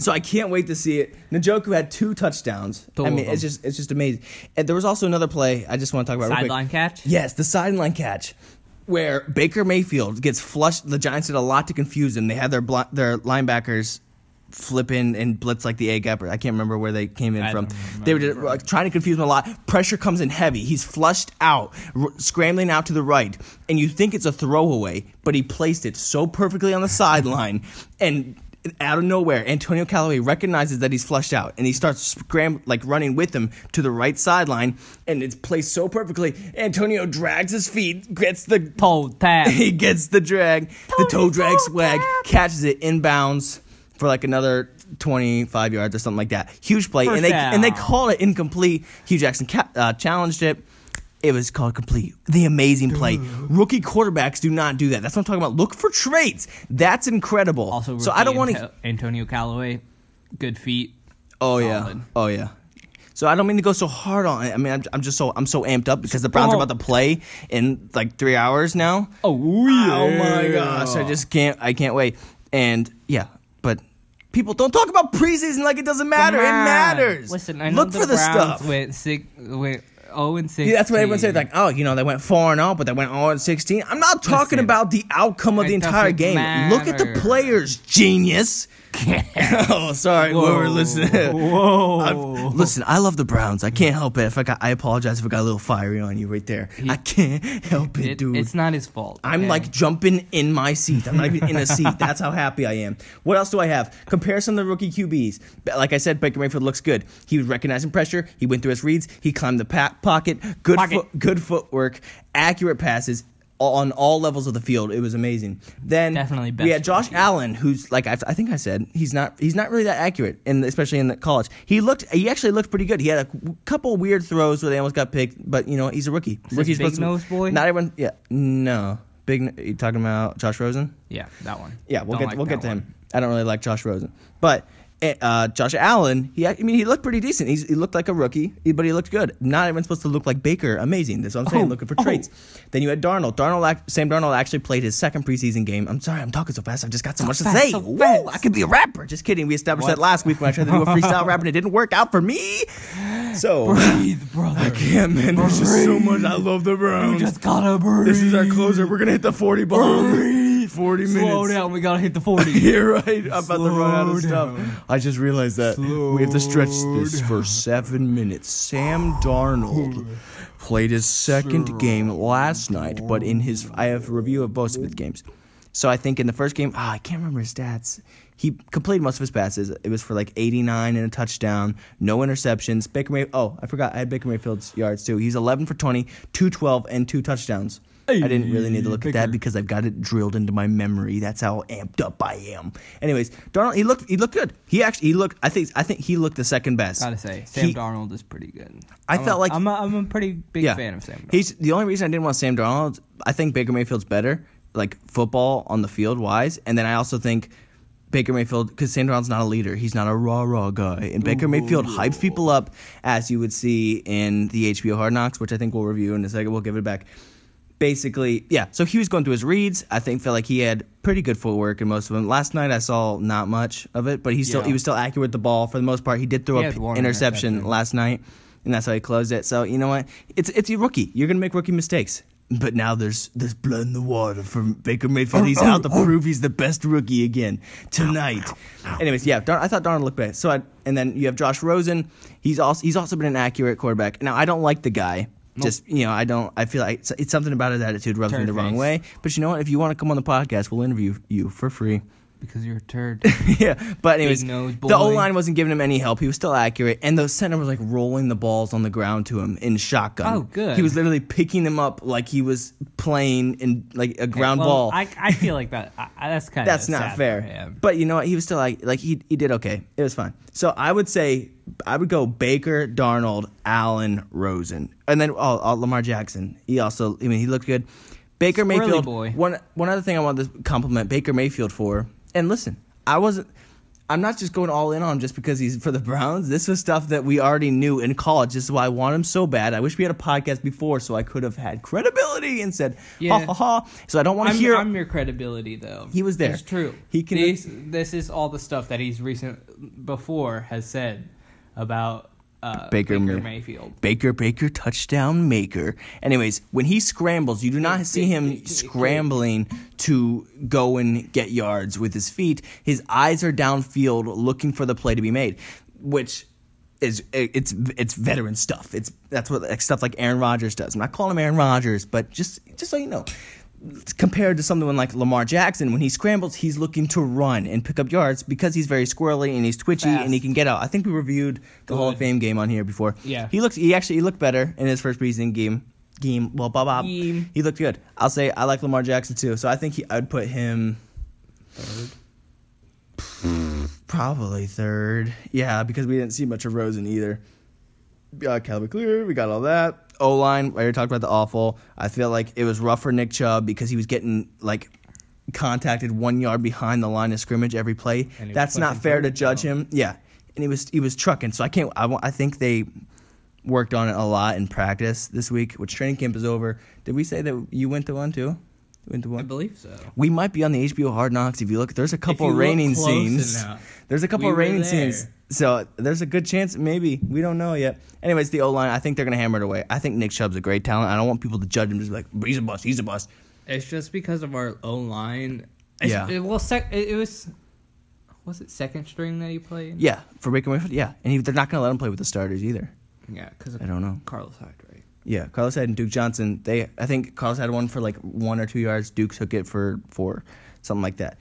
A: So I can't wait to see it. Njoku had two touchdowns.
C: Two
A: I
C: of
A: mean, it's
C: them.
A: just it's just amazing. And there was also another play I just want to talk about. real quick.
C: Sideline catch?
A: Yes, the sideline catch. Where Baker Mayfield gets flushed, the Giants did a lot to confuse him. They had their blo- their linebackers flip in and blitz like the A gap. or I can't remember where they came in
C: I
A: from.
C: don't remember.
A: They were just, like, trying to confuse him a lot. Pressure comes in heavy. He's flushed out, r- scrambling out to the right, and you think it's a throwaway, but he placed it so perfectly on the sideline, and out of nowhere, Antonio Callaway recognizes that he's flushed out, and he starts scram like running with him to the right sideline, and it's placed so perfectly. Antonio drags his feet, gets the
C: Toe tap.
A: he gets the drag, the toe drag swag, catches it inbounds for like another 25 yards or something like that. Huge play, and they
C: First down.
A: and they call it incomplete. Hugh Jackson ca- uh, challenged it. It was called complete. The amazing play. Rookie quarterbacks do not do that. That's what I'm talking about. Look for traits. That's incredible.
C: Also,
A: so I don't
C: rookie
A: want to.
C: Anto- Antonio Callaway, good feet.
A: Oh yeah.
C: Solid.
A: Oh yeah. So I don't mean to go so hard on it. I mean I'm, I'm just so I'm so amped up because the Browns are about to play in like three hours now.
C: Oh yeah.
A: Oh my gosh, I just can't I can't wait. And yeah, but people don't talk about preseason like it doesn't matter. It
C: Come on.
A: matters.
C: Listen, I know
A: look
C: the
A: for the
C: Browns
A: stuff.
C: Went six, went zero and six.
A: Yeah, that's what everyone said. Like, oh, you know, they went four and all, but they went all and sixteen. I'm not talking
C: Listen,
A: about the outcome of
C: it
A: the entire
C: doesn't
A: game. Look at the
C: matter.
A: players, genius. oh, sorry, we were listening.
C: Whoa.
A: I've- listen, I love the Browns. I can't help it. If I got, I apologize if I got a little fiery on you right there. I can't help it,
C: It-
A: dude.
C: It's not his fault.
A: I'm
C: okay?
A: like jumping in my seat. I'm not even in a seat. That's how happy I am. What else do I have? Comparison to the rookie QBs. But Like I said, Baker Mayfield looks good. He was recognizing pressure. He went through his reads. He climbed the pa- pocket. Good,
C: Pocket.
A: Foot, good footwork. Accurate passes all- on all levels of the field. It was amazing. Then
C: Definitely best
A: we had Josh
C: rookie.
A: Allen, who's like I, I think I said he's not he's not really that accurate, and especially in the college. He looked he actually looked pretty good. He had a w- couple weird throws where they almost got picked, but you know he's a rookie.
C: this
A: Rookie's supposed
C: Big
A: to-
C: Nose Boy?
A: Not everyone. Yeah, no. Big. n- You talking about Josh Rosen?
C: yeah, that one.
A: Yeah, we'll
C: Don't
A: get
C: like
A: we'll
C: that
A: get to
C: one.
A: him. I don't really like Josh Rosen, but eh, uh, Josh Allen. He, ac- I mean, he looked pretty decent. He's, he looked like a rookie, eh, but he looked good. Not even supposed to look like Baker. Amazing. That's what I'm saying.
C: Oh,
A: Looking for
C: oh.
A: traits. Then you had Darnold. Darnold. ac- Sam Darnold actually played his second preseason game. I'm sorry, I'm talking so fast. I've just got so, much to
C: fast,
A: say.
C: so
A: Whoa,
C: fast.
A: I could be a rapper. Just kidding. We established that last week when I tried to do a freestyle rap and it didn't work out for me. So.
C: Breathe, brother.
A: Yeah, man, there's just so much. I love the Browns.
C: You just gotta breathe.
A: This is our closer. We're gonna hit the 40 ball. 40 minutes.
C: Slow down. We gotta hit the forty.
A: You're right. I'm about to run out of
C: Slow
A: stuff. I just realized that we have to stretch this for seven minutes. Sam Darnold played his second game last night, but in his I have a review of both of his games. So I think in the first game, ah, I can't remember his stats. He completed most of his passes. It was for like 89 and a touchdown, no interceptions. Baker May- Oh, I forgot. I had Baker Mayfield's yards too. He's 11 for 20, 212, and two touchdowns. I didn't really need to look at that
C: Baker.
A: because I've got it drilled into my memory. That's how amped up I am. Anyways, Darnold, he looked he looked good. He actually he looked. I think I think he looked the second best.
C: Gotta say, Sam
A: He-
C: Darnold is pretty good.
A: I
C: I'm
A: felt
C: a,
A: like-
C: I'm a, I'm a pretty big
A: yeah,
C: fan of Sam. Darnold.
A: He's the only reason I didn't want Sam Darnold. I think Baker Mayfield's better, like football on the field wise, and then I also think. Baker Mayfield, because Sam Darnold's not a leader, he's not a raw raw guy, and Baker Mayfield hypes people up, as you would see in the HBO Hard Knocks, which I think we'll review in a second. We'll give it back. basically, yeah. So he was going through his reads. I think felt like he had pretty good footwork in most of them. Last night I saw not much of it, but he still
C: Yeah.
A: he was still accurate with the ball for the most part. He did throw
C: He
A: a
C: had
A: p-
C: one
A: interception
C: interception.
A: last night, and that's how he closed it. So you know what? It's it's a rookie. You're gonna make rookie mistakes. But now there's there's blood in the water from Baker Mayfield. He's out to prove he's the best rookie again tonight. Anyways, yeah, Dar- I thought Darnold looked bad. So I, and then you have Josh Rosen. He's also he's also been an accurate quarterback. Now I don't like the guy. Just you know, I don't. I feel like it's, it's something about his attitude rubs me
B: Turd
A: the wrong
B: face.
A: way. But you know what? If you want to come on the podcast, we'll interview you for free.
B: because you're a turd.
A: yeah, but anyways,
C: Big nose boy.
A: the O line wasn't giving him any help. He was still accurate, and the center was like rolling the balls on the ground to him in shotgun.
C: Oh, good.
A: He was literally picking them up like he was playing in like a ground
C: well,
A: ball.
C: I, I feel like that. I, I- that's kind of
A: That's not fair. But you know what? He was still like like he he did okay. It was fine. So I would say I would go Baker, Darnold, Allen, Rosen, and then oh, oh, Lamar Jackson. He also I mean he looked good. Baker
C: Squirrely
A: Mayfield.
C: boy.
A: One one other thing I want to compliment Baker Mayfield for. And listen, I wasn't. I'm not just going all in on him just because he's for the Browns. This was stuff that we already knew in college. This is why I want him so bad. I wish we had a podcast before so I could have had credibility and said,
C: Yeah.
A: ha ha ha. So I don't want
C: I'm,
A: to hear.
C: I'm your credibility, though.
A: He was there.
C: It's true.
A: He can-
C: These- this is all the stuff that he's recent before has said about uh,
A: Baker
C: Baker,
A: May-
C: Mayfield.
A: Baker, Baker, touchdown maker. Anyways, when he scrambles, you do not see him scrambling to go and get yards with his feet. His eyes are downfield, looking for the play to be made, which is it's it's veteran stuff. It's that's what like, stuff like Aaron Rodgers does. I'm not calling him Aaron Rodgers, but just just so you know. Compared to someone like Lamar Jackson, when he scrambles, he's looking to run and pick up yards because he's very squirrely and he's twitchy and he
C: Fast.
A: can get out. I think we reviewed the Hall of
C: Good.
A: Fame game on here before.
C: Yeah.
A: He looked. He actually he looked better in his first preseason game. Game. Well, Bob. Bob.
C: Game.
A: He looked good. I'll say I like Lamar Jackson too. So I think he, I'd put him probably third. Yeah, because we didn't see much of Rosen either. Uh, Calvin Clear. We got all that. O line. I already talked about the awful. I feel like it was rough for Nick Chubb because he was getting like contacted one yard behind the line of scrimmage every play.
C: And he
A: That's
C: was
A: not
C: fucking
A: fair to
C: trucking,
A: judge
C: though.
A: him. Yeah, and he was he was trucking. So I can't. I, wa- I think they worked on it a lot in practice this week, which training camp is over. Did we say that you went to one too? You Went to
C: I
A: one.
C: believe so.
A: We might be on the HBO Hard Knocks if you look. There's a couple
C: you look
A: raining
C: close
A: scenes.
C: enough.
A: There's a couple
C: We were
A: raining
C: there.
A: scenes. So there's a good chance, maybe we don't know yet. Anyways, the O line, I think they're gonna hammer it away. I think Nick Chubb's a great talent. I don't want people to judge him just be like he's a bust, he's a bust.
C: It's just because of our O line.
A: Yeah.
C: It, well, sec- it, it was. Was it second string that he played?
A: Yeah, for Baker Mayfield, yeah, and he, they're not gonna let him play with the starters either.
C: Yeah, because
A: I don't know.
C: Carlos Hyde, right?
A: Yeah, Carlos Hyde and Duke Johnson. They, I think Carlos had one for like one or two yards. Duke took it for four, something like that.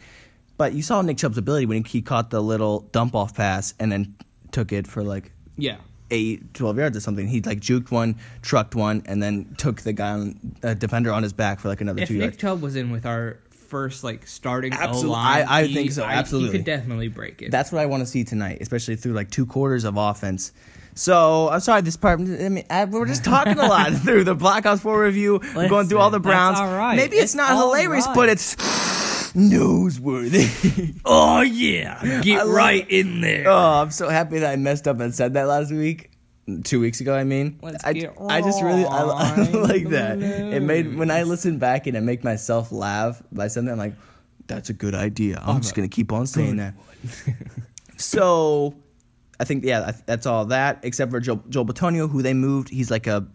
A: But you saw Nick Chubb's ability when he caught the little dump off pass and then took it for like
C: Yeah.
A: eight, 12 yards or something. He like juked one, trucked one, and then took the guy on uh, defender on his back for like another
C: If
A: two
C: Nick
A: yards.
C: Chubb was in with our first like starting
A: Absol-
C: O line,
A: I- I think so, absolutely.
C: he could definitely break it.
A: That's what I want to see tonight, especially through like two quarters of offense. So I'm sorry, this part. I mean, I, we're just talking a lot through the Black Ops Four review, We're going through all the
C: Listen, that's
A: Browns.
C: all right.
A: Maybe it's,
C: It's
A: not
C: all
A: hilarious,
C: right.
A: but it's newsworthy.
B: oh yeah,
A: I
B: get
A: love
B: right in there.
A: oh, I'm so happy that I messed up and said that last week. Two weeks ago, I mean,
C: Let's
A: I,
C: get
A: I just really I, I
C: right
A: like
C: to
A: that. It made when I listen back and I make myself laugh by something. I'm like, that's a good idea. I'm just gonna keep on saying that. so I think yeah, I- that's all that except for Joe Joel Batonio, who they moved. He's like a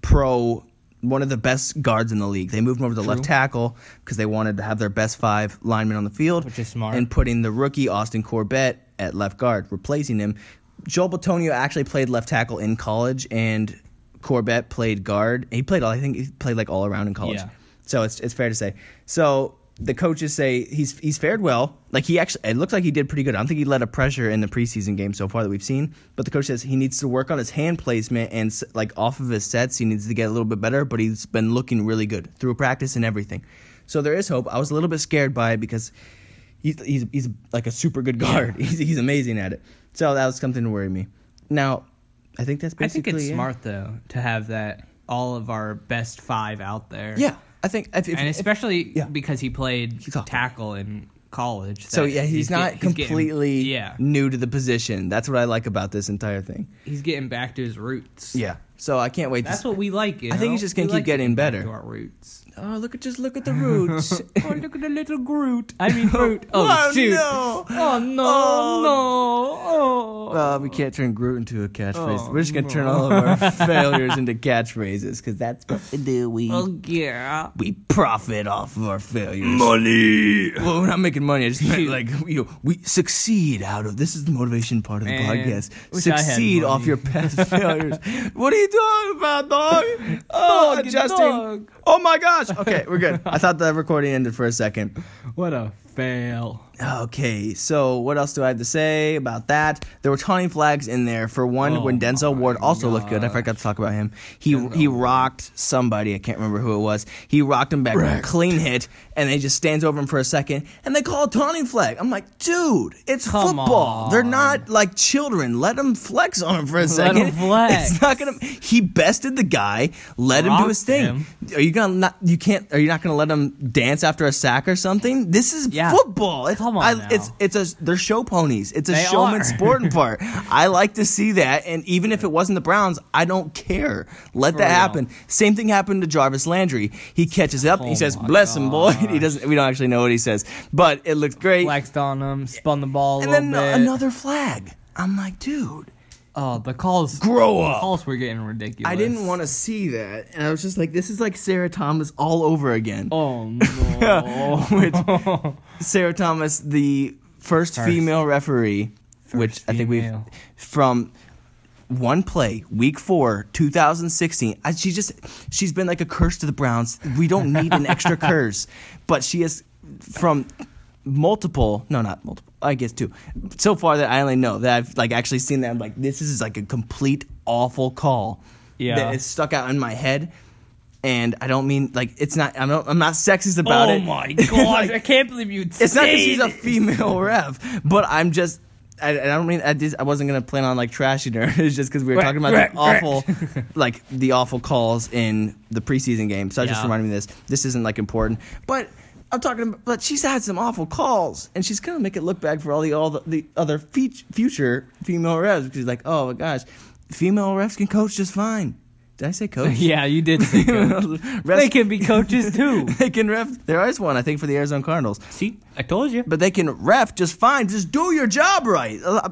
A: pro, one of the best guards in the league. They moved him over to left tackle because they wanted to have their best five linemen on the field,
C: Which is smart.
A: And putting the rookie Austin Corbett at left guard, replacing him. Joel Batonio actually played left tackle in college, and Corbett played guard. He played all. I think he played like all around in college.
C: Yeah.
A: So it's it's fair to say. So the coaches say he's he's fared well. Like he actually, it looks like he did pretty good. I don't think he led a pressure in the preseason game so far that we've seen. But the coach says he needs to work on his hand placement and s- like off of his sets, he needs to get a little bit better. But he's been looking really good through practice and everything. So there is hope. I was a little bit scared by it because he's he's, he's like a super good guard. He's, he's amazing at it. So that was something to worry me. Now, I think that's
C: I
A: basically
C: think it's
A: it.
C: smart though to have that all of our best five out there.
A: Yeah, I think if, if,
C: and
A: if-
C: especially
A: yeah.
C: because he played
A: He's awful.
C: tackle in college.
A: So
C: that
A: yeah, he's,
C: get-
A: not
C: getting-
A: completely
C: yeah,
A: new to the position. That's what I like about this entire thing.
C: he's getting back to his roots.
A: So I can't wait.
C: that's
A: to,
C: what we like. you
A: I think
C: know?
A: he's just gonna
C: We
A: keep
C: like
A: getting
C: back
A: better.
C: to our roots.
A: oh, look at just look at the roots.
C: oh, look at the little Groot. I mean Groot. Oh,
A: Whoa,
C: shoot.
A: no.
C: Oh no,
A: Oh.
C: no. Oh.
A: Well, we can't turn Groot into a catchphrase.
C: Oh,
A: We're just gonna turn
C: no.
A: all of our failures into catchphrases because that's what we do. We
C: Oh yeah.
A: we profit off of our failures.
B: Money.
A: Well, we're not making money. I just meant
C: Shoot.
A: like you know, we succeed out of this is the motivation part of the
C: Man,
A: podcast.
C: wish I had
A: Succeed off
C: money.
A: your past failures. What are you talking about, dog? Oh,
C: Fucking
A: Justin.
C: dog.
A: Oh my gosh. Okay, we're good. I thought the recording ended for a second.
C: What a fail.
A: Okay, so what else do I have to say about that? There were tawny flags in there. For one,
C: Oh
A: when Denzel
C: my
A: Ward also looked good, I forgot to talk about him. He he rocked somebody. I can't remember who it was. He rocked him back, clean hit, and then he just stands over him for a second, and they call a tawny flag. I'm like, dude, it's
C: Come
A: football. They're
C: on.
A: not like children. Let him flex on him for a
C: Let
A: second.
C: him flex.
A: It's not gonna. He bested the guy. Let him do
C: Rocked
A: his thing.
C: him.
A: Are you gonna not? You can't. Are you not gonna let him dance after a sack or something? This is
C: Yeah.
A: football. It's
C: Come on
A: I-
C: now.
A: It's it's a they're show ponies. It's a
C: They
A: showman
C: are.
A: sport and part. I like to see that, and even if it wasn't the Browns, I don't care. Let
C: For
A: that
C: real.
A: happen. Same thing happened to Jarvis Landry. He catches it up. and he
C: Oh
A: says,
C: my
A: "Bless him, boy."
C: gosh.
A: He doesn't. We don't actually know what he says, but it looks great.
C: Flexed on him, spun the ball a
A: and
C: little
A: then
C: bit.
A: another flag. I'm like, dude,
C: oh, the calls.
A: grow
C: The
A: up.
C: calls were getting ridiculous.
A: I didn't want to see that, and I was just like, this is like Sarah Thomas all over again.
C: Oh no.
A: Which- Sarah Thomas, the first,
C: First.
A: female referee, which I think we've
C: female.
A: from one play, week four, 2016. I, she just she's been like a curse to the Browns. We don't need an extra curse, but she is from multiple. No, not multiple. I guess two. So far that I only know that I've like actually seen that. I'm like, this is like a complete awful call.
C: Yeah.
A: that it's stuck out in my head. And I don't mean like it's not. I'm not, I'm not sexist about
C: oh
A: it.
C: my gosh!
A: Like,
C: I can't believe you.
A: it's not that she's a female ref, but I'm just. I, I don't mean I, just, I wasn't gonna plan on like trashing her. It's just because we were
C: Right,
A: talking about
C: right,
A: the awful, like the awful calls in the preseason game. So I just
C: Yeah.
A: reminded me of this. This isn't like important, but I'm talking. About, but she's had some awful calls, and she's gonna make it look bad for all the all the, the other feat future female refs. Because she's like, oh my gosh, female refs can coach just fine. Did I say coach?
C: Yeah, you did. Say coach.
A: Refs-
C: they can be coaches too.
A: they can ref. There is one I think for the Arizona Cardinals
C: See, I told you.
A: but they can ref just fine. Just do your job right. Uh,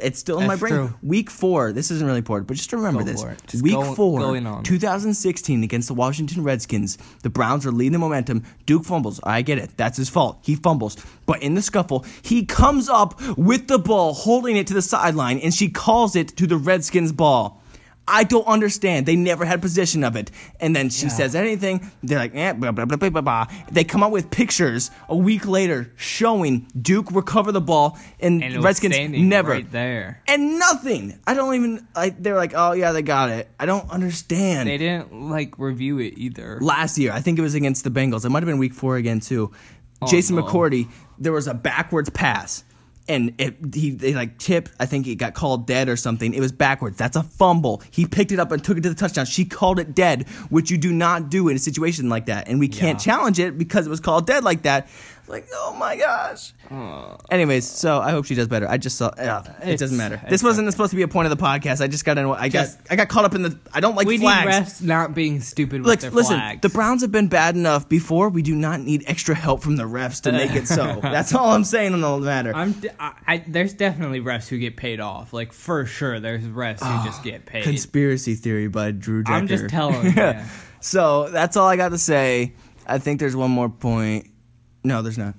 A: It's still in my
C: That's
A: brain.
C: true.
A: Week four. This isn't really important, but just remember
C: Go
A: this.
C: for it. Just
A: Week
C: go-
A: four,
C: going on.
A: 2016, against the Washington Redskins, the Browns are leading the momentum. Duke fumbles. I get it. That's his fault. He fumbles. But in the scuffle, he comes up with the ball, holding it to the sideline, and she calls it to the Redskins' ball. I don't understand. They never had possession of it. And then she
C: Yeah.
A: says anything. They're like, eh, blah, blah, blah, blah, blah, blah. They come out with pictures a week later showing Duke recover the ball and,
C: And it was
A: Redskins
C: standing
A: never.
C: right there.
A: And nothing. I don't even, like, they're like, oh, yeah, they got it. I don't understand.
C: They didn't like review it either.
A: Last year, I think it was against the Bengals. It might have been week four again, too.
C: Oh,
A: Jason
C: no.
A: McCourty, there was a backwards pass. And it, he they like tipped. I think it got called dead or something. It was backwards. That's a fumble. He picked it up and took it to the touchdown. She called it dead, which you do not do in a situation like that. And we can't
C: Yeah.
A: challenge it because it was called dead like that. Like oh my gosh. Anyways, so I hope she does better. I just saw. Uh, it
C: It's-
A: doesn't matter.
C: it's
A: This wasn't supposed to be a point of the podcast. I just got in. I got
C: Just-
A: I got caught up in the. I don't like
C: we
A: flags.
C: need refs not being stupid with
A: Look,
C: their
A: listen,
C: flags.
A: the Browns have been bad enough before. We do not need extra help from the refs to make it so. That's all I'm saying on the matter.
C: I'm d- I, I, there's definitely refs who get paid off. Like for sure, there's refs who
A: Ah,
C: just get paid.
A: Conspiracy theory by Drew Decker.
C: I'm just telling you. Oh, man.
A: So that's all I got to say. I think there's one more point. No, there's not.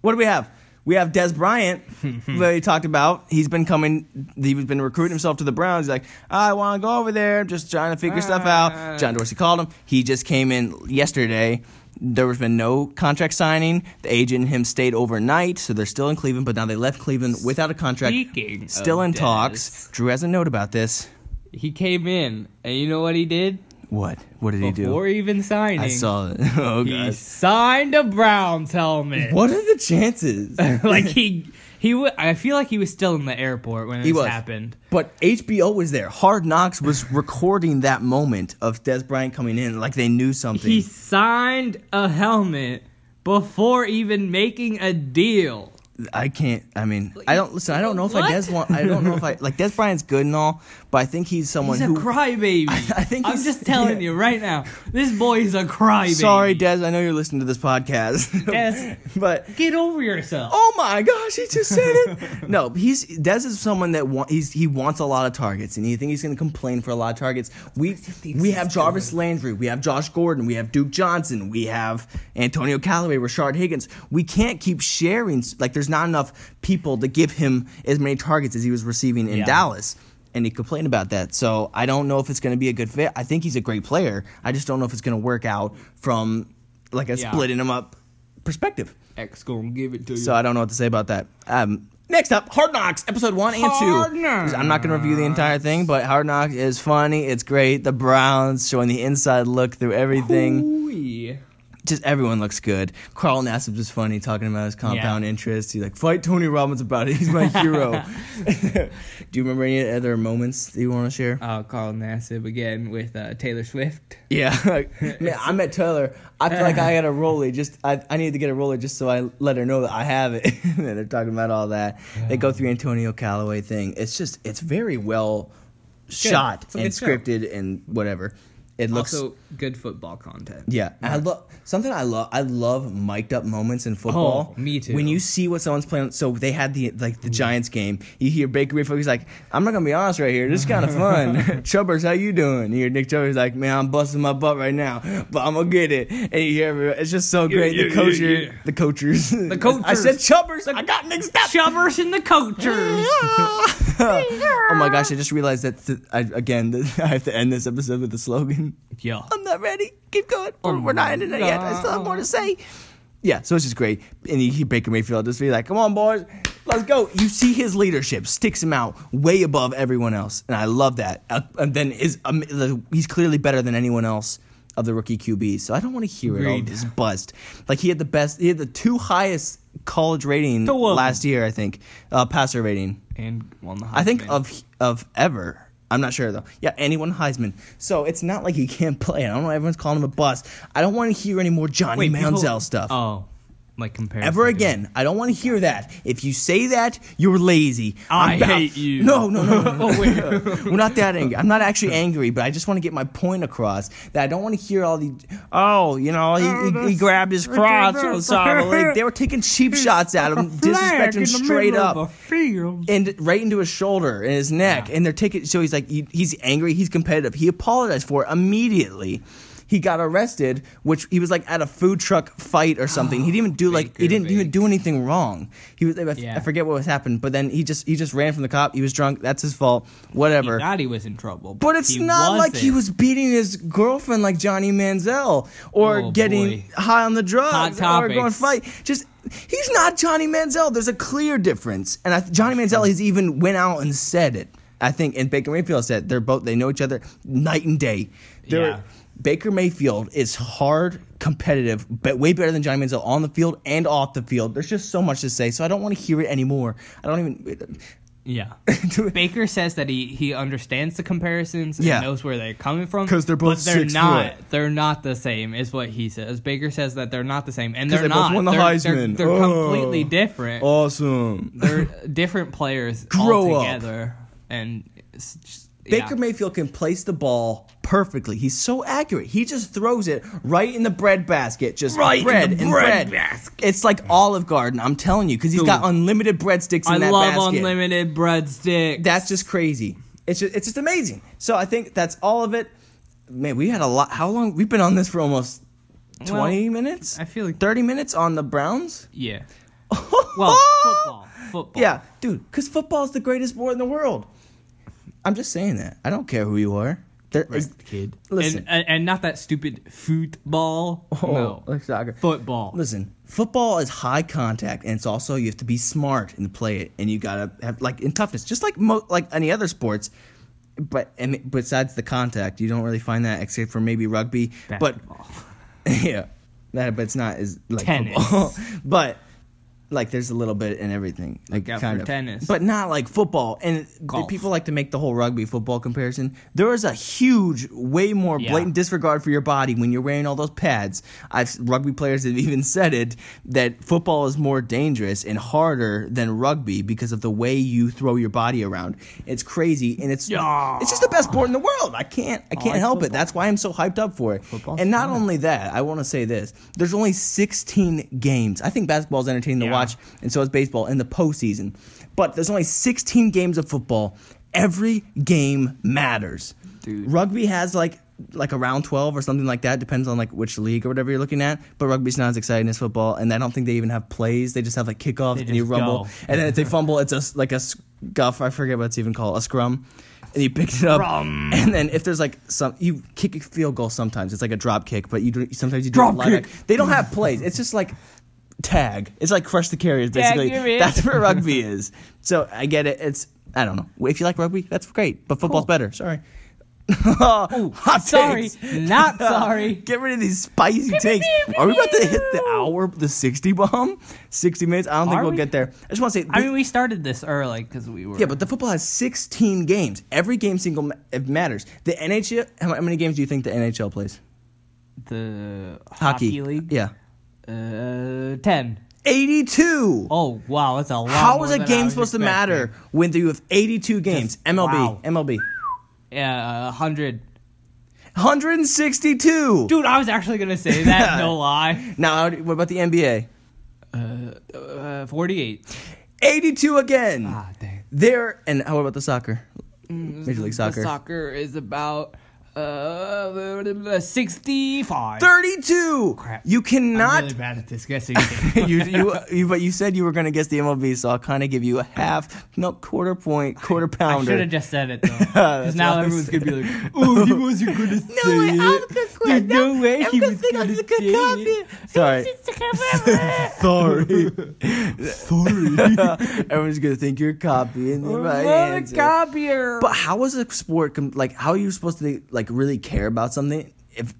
A: What do we have? We have Des Bryant, that he talked about. He's been coming. He's been recruiting himself to the Browns. He's like, I want to go over there. I'm just trying to figure stuff out. John Dorsey called him. He just came in yesterday. There was been no contract signing. The agent and him stayed overnight, so they're still in Cleveland. But now they left Cleveland without a contract.
C: Speaking of
A: still in
C: Des.
A: talks. Drew has a note about this.
C: He came in, and you know what he did
A: What? What did he do?
C: before even signing?
A: I saw it. Oh
C: he
A: god.
C: signed a Browns helmet.
A: What are the chances?
C: like he he wa I feel like he was still in the airport when
A: He
C: this
A: was.
C: happened.
A: but HBO was there. Hard Knocks was recording that moment of Des Bryant coming in, like they knew something.
C: He signed a helmet before even making a deal.
A: I can't. I mean, I don't listen. I don't know if I Des want. I don't know if I like Des Bryant's good and all, but I think he's someone
C: He's a
A: who.
C: crybaby.
A: I think
C: I'm
A: he's-
C: just telling
A: yeah.
C: you right now. This boy is a crybaby.
A: Sorry, Des. I know you're listening to this podcast.
C: Des.
A: but
C: Get over yourself.
A: oh my gosh, he just said it. no, he's Des is someone that wa- he's he wants a lot of targets, and you think he's going to complain for a lot of targets. We we have Jarvis Landry, we have Josh Gordon, we have Duke Johnson, we have Antonio Callaway, Rashard Higgins. We can't keep sharing s- like there's not enough people to give him as many targets as he was receiving in
C: Yeah.
A: Dallas. And he complained about that. So I don't know if it's going to be a good fit. I think he's a great player. I just don't know if it's going to work out from like a
C: Yeah.
A: splitting him up perspective.
C: X gonna give it to you.
A: So I don't know what to say about that. Um, next up, Hard Knocks, episode one and
C: Hard
A: two.
C: Knocks.
A: I'm not going to review the entire thing, but Hard Knocks is funny. It's great. The Browns showing the inside look through everything.
C: Ooh-wee.
A: Just everyone looks good. Carl Nassib is funny, talking about his compound interest. He's like, fight Tony Robbins about it. He's my hero. Do you remember any other moments that you want to share?
C: Uh, Carl Nassib again with uh, Taylor Swift.
A: Yeah, man, I met Taylor. I feel like I got a roller. Just I, I needed to get a roller just so I let her know that I have it. And They're talking about all that. They go through Antonio Callaway thing. It's just it's very well shot
C: It's a
A: and
C: good show.
A: scripted and whatever. It looks
C: also, good football content.
A: yeah, I love something. I love I love mic'd up moments in football.
C: Oh, me too.
A: When you see what someone's playing, so they had the like the Giants game. You hear Baker Mayfield. He's like, I'm not gonna be honest right here. This is kind of fun. Chubbers, how you doing? You hear Nick Chubbers like, man, I'm busting my butt right now, but I'm gonna get it. And you hear everyone- it's just so great.
C: yeah,
A: the
C: yeah,
A: coacher,
C: yeah.
A: the coachers, the I
C: coachers.
A: said Chubbers. I got mixed up.
C: Chubbers and the coachers.
A: oh my gosh! I just realized that th- I, again. that I have to end this episode with a slogan.
C: yeah.
A: I'm not ready. Keep going. We're,
C: Oh
A: we're not
C: my
A: ending it yet. I still have more to say. Yeah, so it's just great. And you keep Baker Mayfield just be like, come on, boys, let's go. You see his leadership sticks him out way above everyone else. And I love that. Uh, and then is um, the, he's clearly better than anyone else of the rookie QBs. So I don't want to hear it all
C: Agreed.
A: this bust. Like he had the best, he had the two highest college rating
C: Two of 'em.
A: last year, I think, uh, passer rating.
C: And won the
A: I think
C: Heisman.
A: of of ever. I'm not sure though. Yeah, anyone Heisman. So it's not like he can't play. I don't know. Everyone's calling him a bust. I don't want to hear any more Johnny
C: Wait, people-
A: Manziel stuff
C: Oh, like comparison.
A: ever again. I don't want to hear that. If you say that, you're lazy.
C: I
A: I'm-
C: hate you.
A: No, no, no. no, no.
C: Oh, wait.
A: We're not that angry. I'm not actually angry, but I just want to get my point across that I don't want to hear all the oh, you know, he, he- he,
C: that's
A: grabbed his crotch
C: ridiculous.
A: on the side of the leg. They were taking cheap shots at him, disrespecting him straight up and right into his shoulder and his neck.
C: Yeah.
A: And they're taking. So he's like, he, he's angry. He's competitive. He apologized for it immediately. He got arrested, which he was like at a food truck fight or something. he didn't even do like he
C: Baker
A: didn't even
C: Mayfield.
A: do anything wrong. He was I, f-
C: eh? Yeah.
A: I forget what was happened, but then he just he just ran from the cop. He was drunk. That's his fault. Whatever.
C: Thought he was in trouble,
A: But it's
C: he
A: not like he
C: wasn't.
A: was beating his girlfriend like Johnny Manziel or
C: Oh,
A: getting
C: boy.
A: high on the drugs
C: Hot
A: or going
C: topics.
A: fight. Just he's not Johnny Manziel. There's a clear difference, and I, Johnny Manziel has even went out and said it. I think, and Baker Mayfield said they're both they know each other night and day. They're-
C: Yeah.
A: Baker Mayfield is hard, competitive, but way better than Johnny Manziel on the field and off the field. There's just so much to say, so I don't want to hear it anymore. I don't even.
C: Yeah. Baker says that he he understands the comparisons
A: Yeah.
C: and knows where they're coming from
A: 'Cause they're both
C: but they're
A: six
C: not
A: foot.
C: they're not the same is what he says. Baker says that they're not the same and
A: 'Cause
C: they're
A: they both
C: not.
A: won the
C: they're, they're,
A: Heisman.
C: they're
A: Oh.
C: completely different.
A: Awesome.
C: They're different players
A: Grow up.
C: altogether and it's just, yeah.
A: Baker Mayfield can place the ball perfectly. He's so accurate. He just throws it right in the bread basket. Just
B: Right in
A: bread
B: the
A: and
B: bread
A: bread.
B: basket.
A: It's like Olive Garden. I'm telling you, because he's got
C: Dude.
A: unlimited breadsticks in
C: I
A: that
C: love
A: basket.
C: unlimited breadsticks.
A: That's just crazy. It's just, it's just amazing. So I think that's all of it. Man, we had a lot. How long? We've been on this for almost twenty minutes.
C: I feel like-
A: thirty minutes on the Browns.
C: yeah. Well, football. Football.
A: Oh! Yeah, dude, because football is the greatest sport in the world. I'm just saying that. I don't care who you are. There is-
C: kid.
A: Listen. Oh,
C: And, and, and not that stupid football. no.
A: like soccer.
C: Football.
A: Listen, football is high contact, and it's also you have to be smart and play it, and you gotta have like in toughness, just like mo- like any other sports. But and besides the contact, you don't really find that except for maybe rugby.
C: Basketball.
A: But yeah, that but it's not as like
C: Tennis.
A: football. but like there's a little bit in everything, like
C: out
A: kind
C: for
A: of
C: tennis.
A: but not like football. And the
C: Golf.
A: people like to make the whole rugby football comparison. There is a huge, way more
C: Yeah.
A: blatant disregard for your body when you're wearing all those pads. I've rugby players have even said it that football is more dangerous and harder than rugby because of the way you throw your body around. It's crazy, and it's
B: Yeah.
A: it's just the best sport in the world. I can't I can't help
C: like
A: it.
C: football.
A: That's why I'm so hyped up for it.
B: Football's
A: and not
B: fun.
C: Mm-hmm.
A: only that, I want to say this: there's only 16 games. I think basketball's entertaining to
C: Yeah.
A: watch and so is baseball in the postseason. But there's only 16 games of football. Every game matters.
B: Dude.
A: Rugby has like like around 12 or something like that, depends on like which league or whatever you're looking at. But rugby's not as exciting as football, and I don't think they even have plays. They just have like kickoffs and you
C: just
A: rumble,
C: go.
A: and then if they fumble, it's a s- like a scuff. I forget what it's even called, a scrum. And you pick it up,
B: Scrum.
A: and then if there's like some, you kick a field goal sometimes. It's like a drop kick, but you do, sometimes you do
B: Drop
A: it live.
B: kick.
A: They don't have plays. It's just like tag. It's like crush the carriers,
C: Tag,
A: basically.
C: give it.
A: that's where rugby is. So I get it. It's I don't know. If you like rugby, that's great. But football's
C: Cool.
A: better. Sorry. Hot
C: sorry,
A: takes.
C: not sorry.
A: Get rid of these spicy takes. Are we about to hit the hour, the sixty bomb? Sixty minutes? I don't think
C: Are
A: we'll
C: we?
A: get there. I just want to say.
C: I mean, we started this early because we were.
A: yeah, but the football has 16 games. Every game single ma- it matters. The NHL, how how many games do you think the NHL plays?
C: the
A: Hockey.
C: hockey, league.
A: Yeah.
C: Uh, ten.
A: 82.
C: Oh wow, that's a lot.
A: How
C: more
A: is a
C: than I
A: game
C: was
A: supposed to
C: expecting.
A: matter when you have 82 games? MLB,
C: wow.
A: MLB.
C: Yeah, uh, hundred.
A: 162.
C: Dude, I was actually gonna say that. no lie.
A: Now, how do- what about the NBA?
C: Uh, uh, Forty-eight.
A: 82 again.
C: Ah, dang.
A: There and how about the soccer? Major League Soccer.
C: The soccer is about uh, sixty-five.
A: 32.
C: Crap.
A: You
C: I'm
A: cannot
C: really bad at this guessing.
A: you, you, you, but you said you were going to guess the MLB, so I'll kind of give you a half, no, quarter point, quarter
C: I should
A: pounder.
C: have just said it though, because now
A: what I
C: everyone's gonna be like, "Oh, he wasn't gonna say
A: way, I was
C: it."
A: gonna swear.
C: There's no way he was
A: think
C: gonna say
A: copy.
C: it.
A: Sorry. Sorry.
B: Sorry.
A: Everyone's going to think you're copying the right
C: Well,
A: answer.
C: copier.
A: But how is a sport com- like? How are you supposed to like really care about something if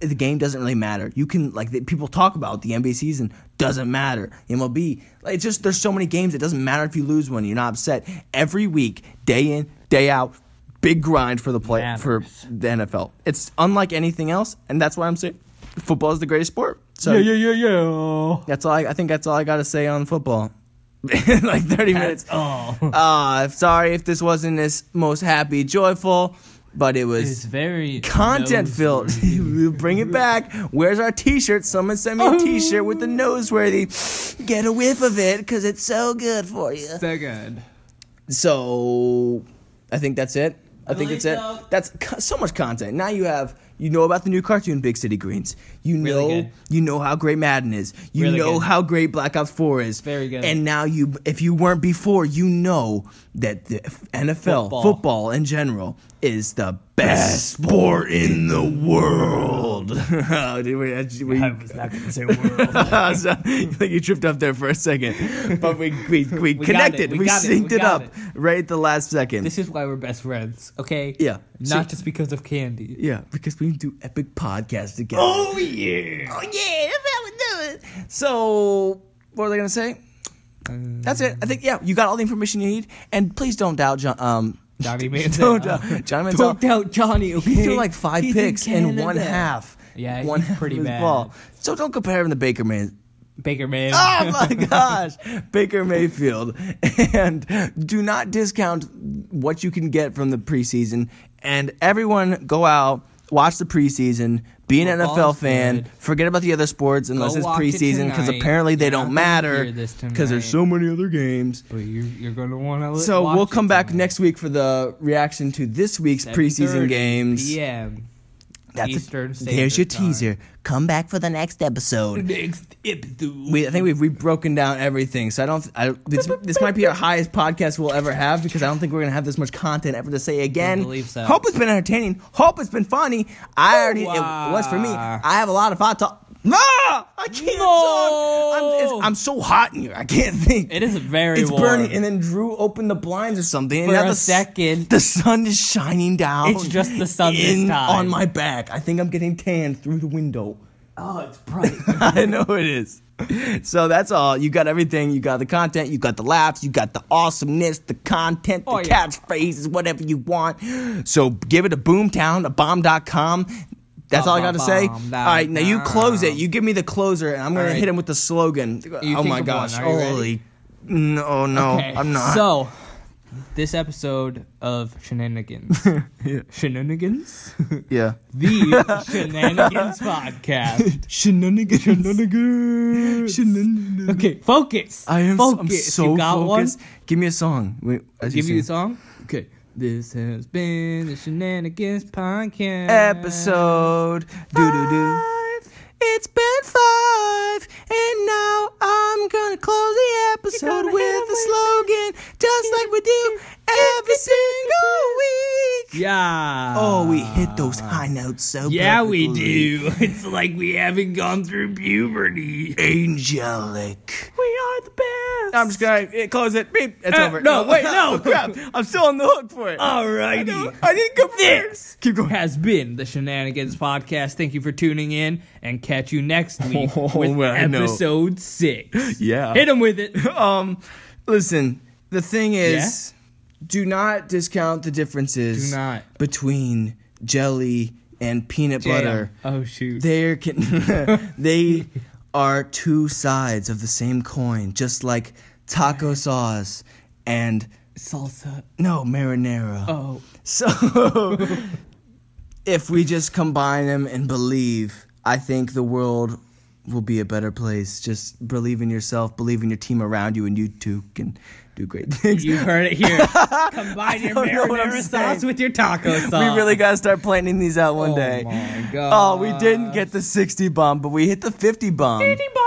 A: the game doesn't really matter? You can like the, people talk about the NBA season doesn't matter. MLB, like, it's just there's so many games. It doesn't matter if you lose one. You're not upset every week, day in, day out. Big grind for the play for
C: Matters.
A: the NFL. It's unlike anything else, and that's why I'm saying football is the greatest sport. So
B: yeah, yeah, yeah, yeah.
A: that's all. I, I think that's all I got to say on football. In like 30 minutes.
C: oh,
A: Uh, sorry if this wasn't this most happy, joyful, but it
C: it's
A: was
C: very
A: content
C: nose-
A: filled. we'll bring it back. Where's our T-shirt? Someone sent me a T-shirt with the
C: Oh.
A: noseworthy. Get a whiff of it because it's so good for you.
C: So good.
A: So, I think that's it. I think that's it.
C: Really, though?
A: That's co- so much content. Now you have you know about the new cartoon Big City Greens. You know
C: Really good.
A: you know how great Madden is. You
C: Really
A: know
C: good.
A: how great Black Ops 4 is.
C: Very good.
A: And now you if you weren't before, you know that the NFL football,
C: Football.
A: in general is the best sport in the world. Did we- were you-
C: was not gonna say world.
A: so, I think you tripped up there for a second, but we we, we,
C: got
A: connected.
C: it, we
A: We,
C: got it, we
A: synced it, up
C: got it.
A: right at the last second.
C: this is why we're best friends, okay?
A: Yeah.
C: Not
A: See-
C: just because of candy.
A: yeah, because we do epic podcasts together.
B: Oh, yeah.
A: Oh, yeah, that's how we do it. So what are they gonna say? That's it. I think yeah, you got all the information you need, and please don't doubt John. Um,
C: Johnny Manziel.
A: don't doubt John Manziel.
C: Don't doubt Johnny. Okay?
A: He threw like five
C: He's
A: picks in one
C: Canada.
A: half.
C: Yeah,
A: one
C: he's
A: half
C: pretty
A: of his
C: bad.
A: ball. So don't compare him to Baker Man.
C: Baker man.
A: Oh my gosh, Baker Mayfield. And do not discount what you can get from the preseason. And everyone go out, watch the preseason, be an
C: Football's
A: NFL fan,
C: good.
A: forget about the other sports unless it's
C: watch it
A: preseason because
C: tonight.
A: apparently they
C: You're
A: don't
C: not gonna
A: matter
C: hear this
A: because there's
C: tonight.
A: so many other games.
C: But you're, you're gonna wanna. li-
A: So
C: watch
A: we'll
C: it
A: come back
C: tonight.
A: next week for the reaction to this week's preseason
C: 7:30
A: games.
C: PM.
A: That's
C: Eastern
A: a,
C: Standard
A: there's your
C: Time.
A: teaser. Come back for the next episode.
C: Next episode.
A: we I think we've, we've broken down everything. So I don't. I, don't- this, this might be our highest podcast we'll ever have because I don't think we're gonna have this much content ever to say again.
C: I believe so.
A: Hope it's been entertaining. Hope it's been funny. I already
C: Wow.
A: it was for me. I have a lot of hot talk. No, I can't
C: No.
A: talk. I'm, it's- I'm so hot in here. I can't think.
C: It is very
A: it's
C: warm.
A: burning. And then Drew opened the blinds or something. and
C: For
A: now
C: a
A: the, s-
C: second.
A: the sun is shining down.
C: It's just the sun this
A: in-
C: time.
A: on my back. I think I'm getting tanned through the window.
C: oh, it's bright.
A: I know it is. so that's all. You got everything. You got the content. You got the laughs. You got the awesomeness, the content, the
C: Oh, yeah.
A: catchphrases, whatever you want. So give it a boomtown, a bomb.com. That's all I got to say. All
C: Ba-ba-bomb,
A: right, now you close it.
C: ba-ba-bomb.
A: You give me the closer, and I'm going
C: All right.
A: to hit him with the slogan. oh
C: think
A: my
C: of
A: gosh.
C: one. Are you ready?
A: Holy. No, no,
C: Okay,
A: I'm not.
C: So, this episode of Shenanigans. Shenanigans?
A: yeah.
C: The Shenanigans Podcast.
A: Shenanigans.
C: Shenanigans.
A: Shenanigans.
C: Okay, focus.
A: I am
C: focus.
A: I'm so
C: you got
A: focused.
C: one?
A: Give me a song. Wait, as
C: Give you a
A: sing.
C: song? Okay. This has been the Shenanigans Podcast.
A: Episode. Do do do.
C: Five.
A: It's been five, and now I'm gonna close the episode
C: gonna hit
A: with
C: 'em
A: a slogan, just like we do every single week.
C: Yeah.
A: Oh, we hit those high notes so
C: Yeah, we
A: perfectly.
C: do. It's like we haven't gone through puberty.
A: Angelic.
C: We are the best.
A: I'm just gonna eh, close it. Beep. It's
C: Uh,
A: over.
C: no, wait, no.
A: crap. I'm still on the hook for it.
C: Alrighty.
A: I didn't go first. Keep going.
C: Has been the Shenanigans Podcast. Thank you for tuning in and catch you next week
A: Oh,
C: with
A: I know.
C: episode six.
A: Yeah.
C: Hit him with it.
A: um, listen. The thing is, do not discount the differences.
C: Do not.
A: between jelly and peanut butter.
C: Oh, shoot.
A: There can they are two sides of the same coin, just like taco sauce and
C: Salsa.
A: no marinara.
C: Oh.
A: So if we just combine them and believe, I think the world will be a better place. Just believe in yourself, believe in your team around you, and you too can do great things.
C: You heard it here. Combine your
A: I don't know what I'm
C: marinara sauce
A: saying.
C: with your taco sauce.
A: We really gotta start planning these out one
C: Oh
A: day.
C: my
A: Oh, we didn't
C: gosh.
A: get the 60 bomb, but we hit the 50 bomb.
C: 50 bomb.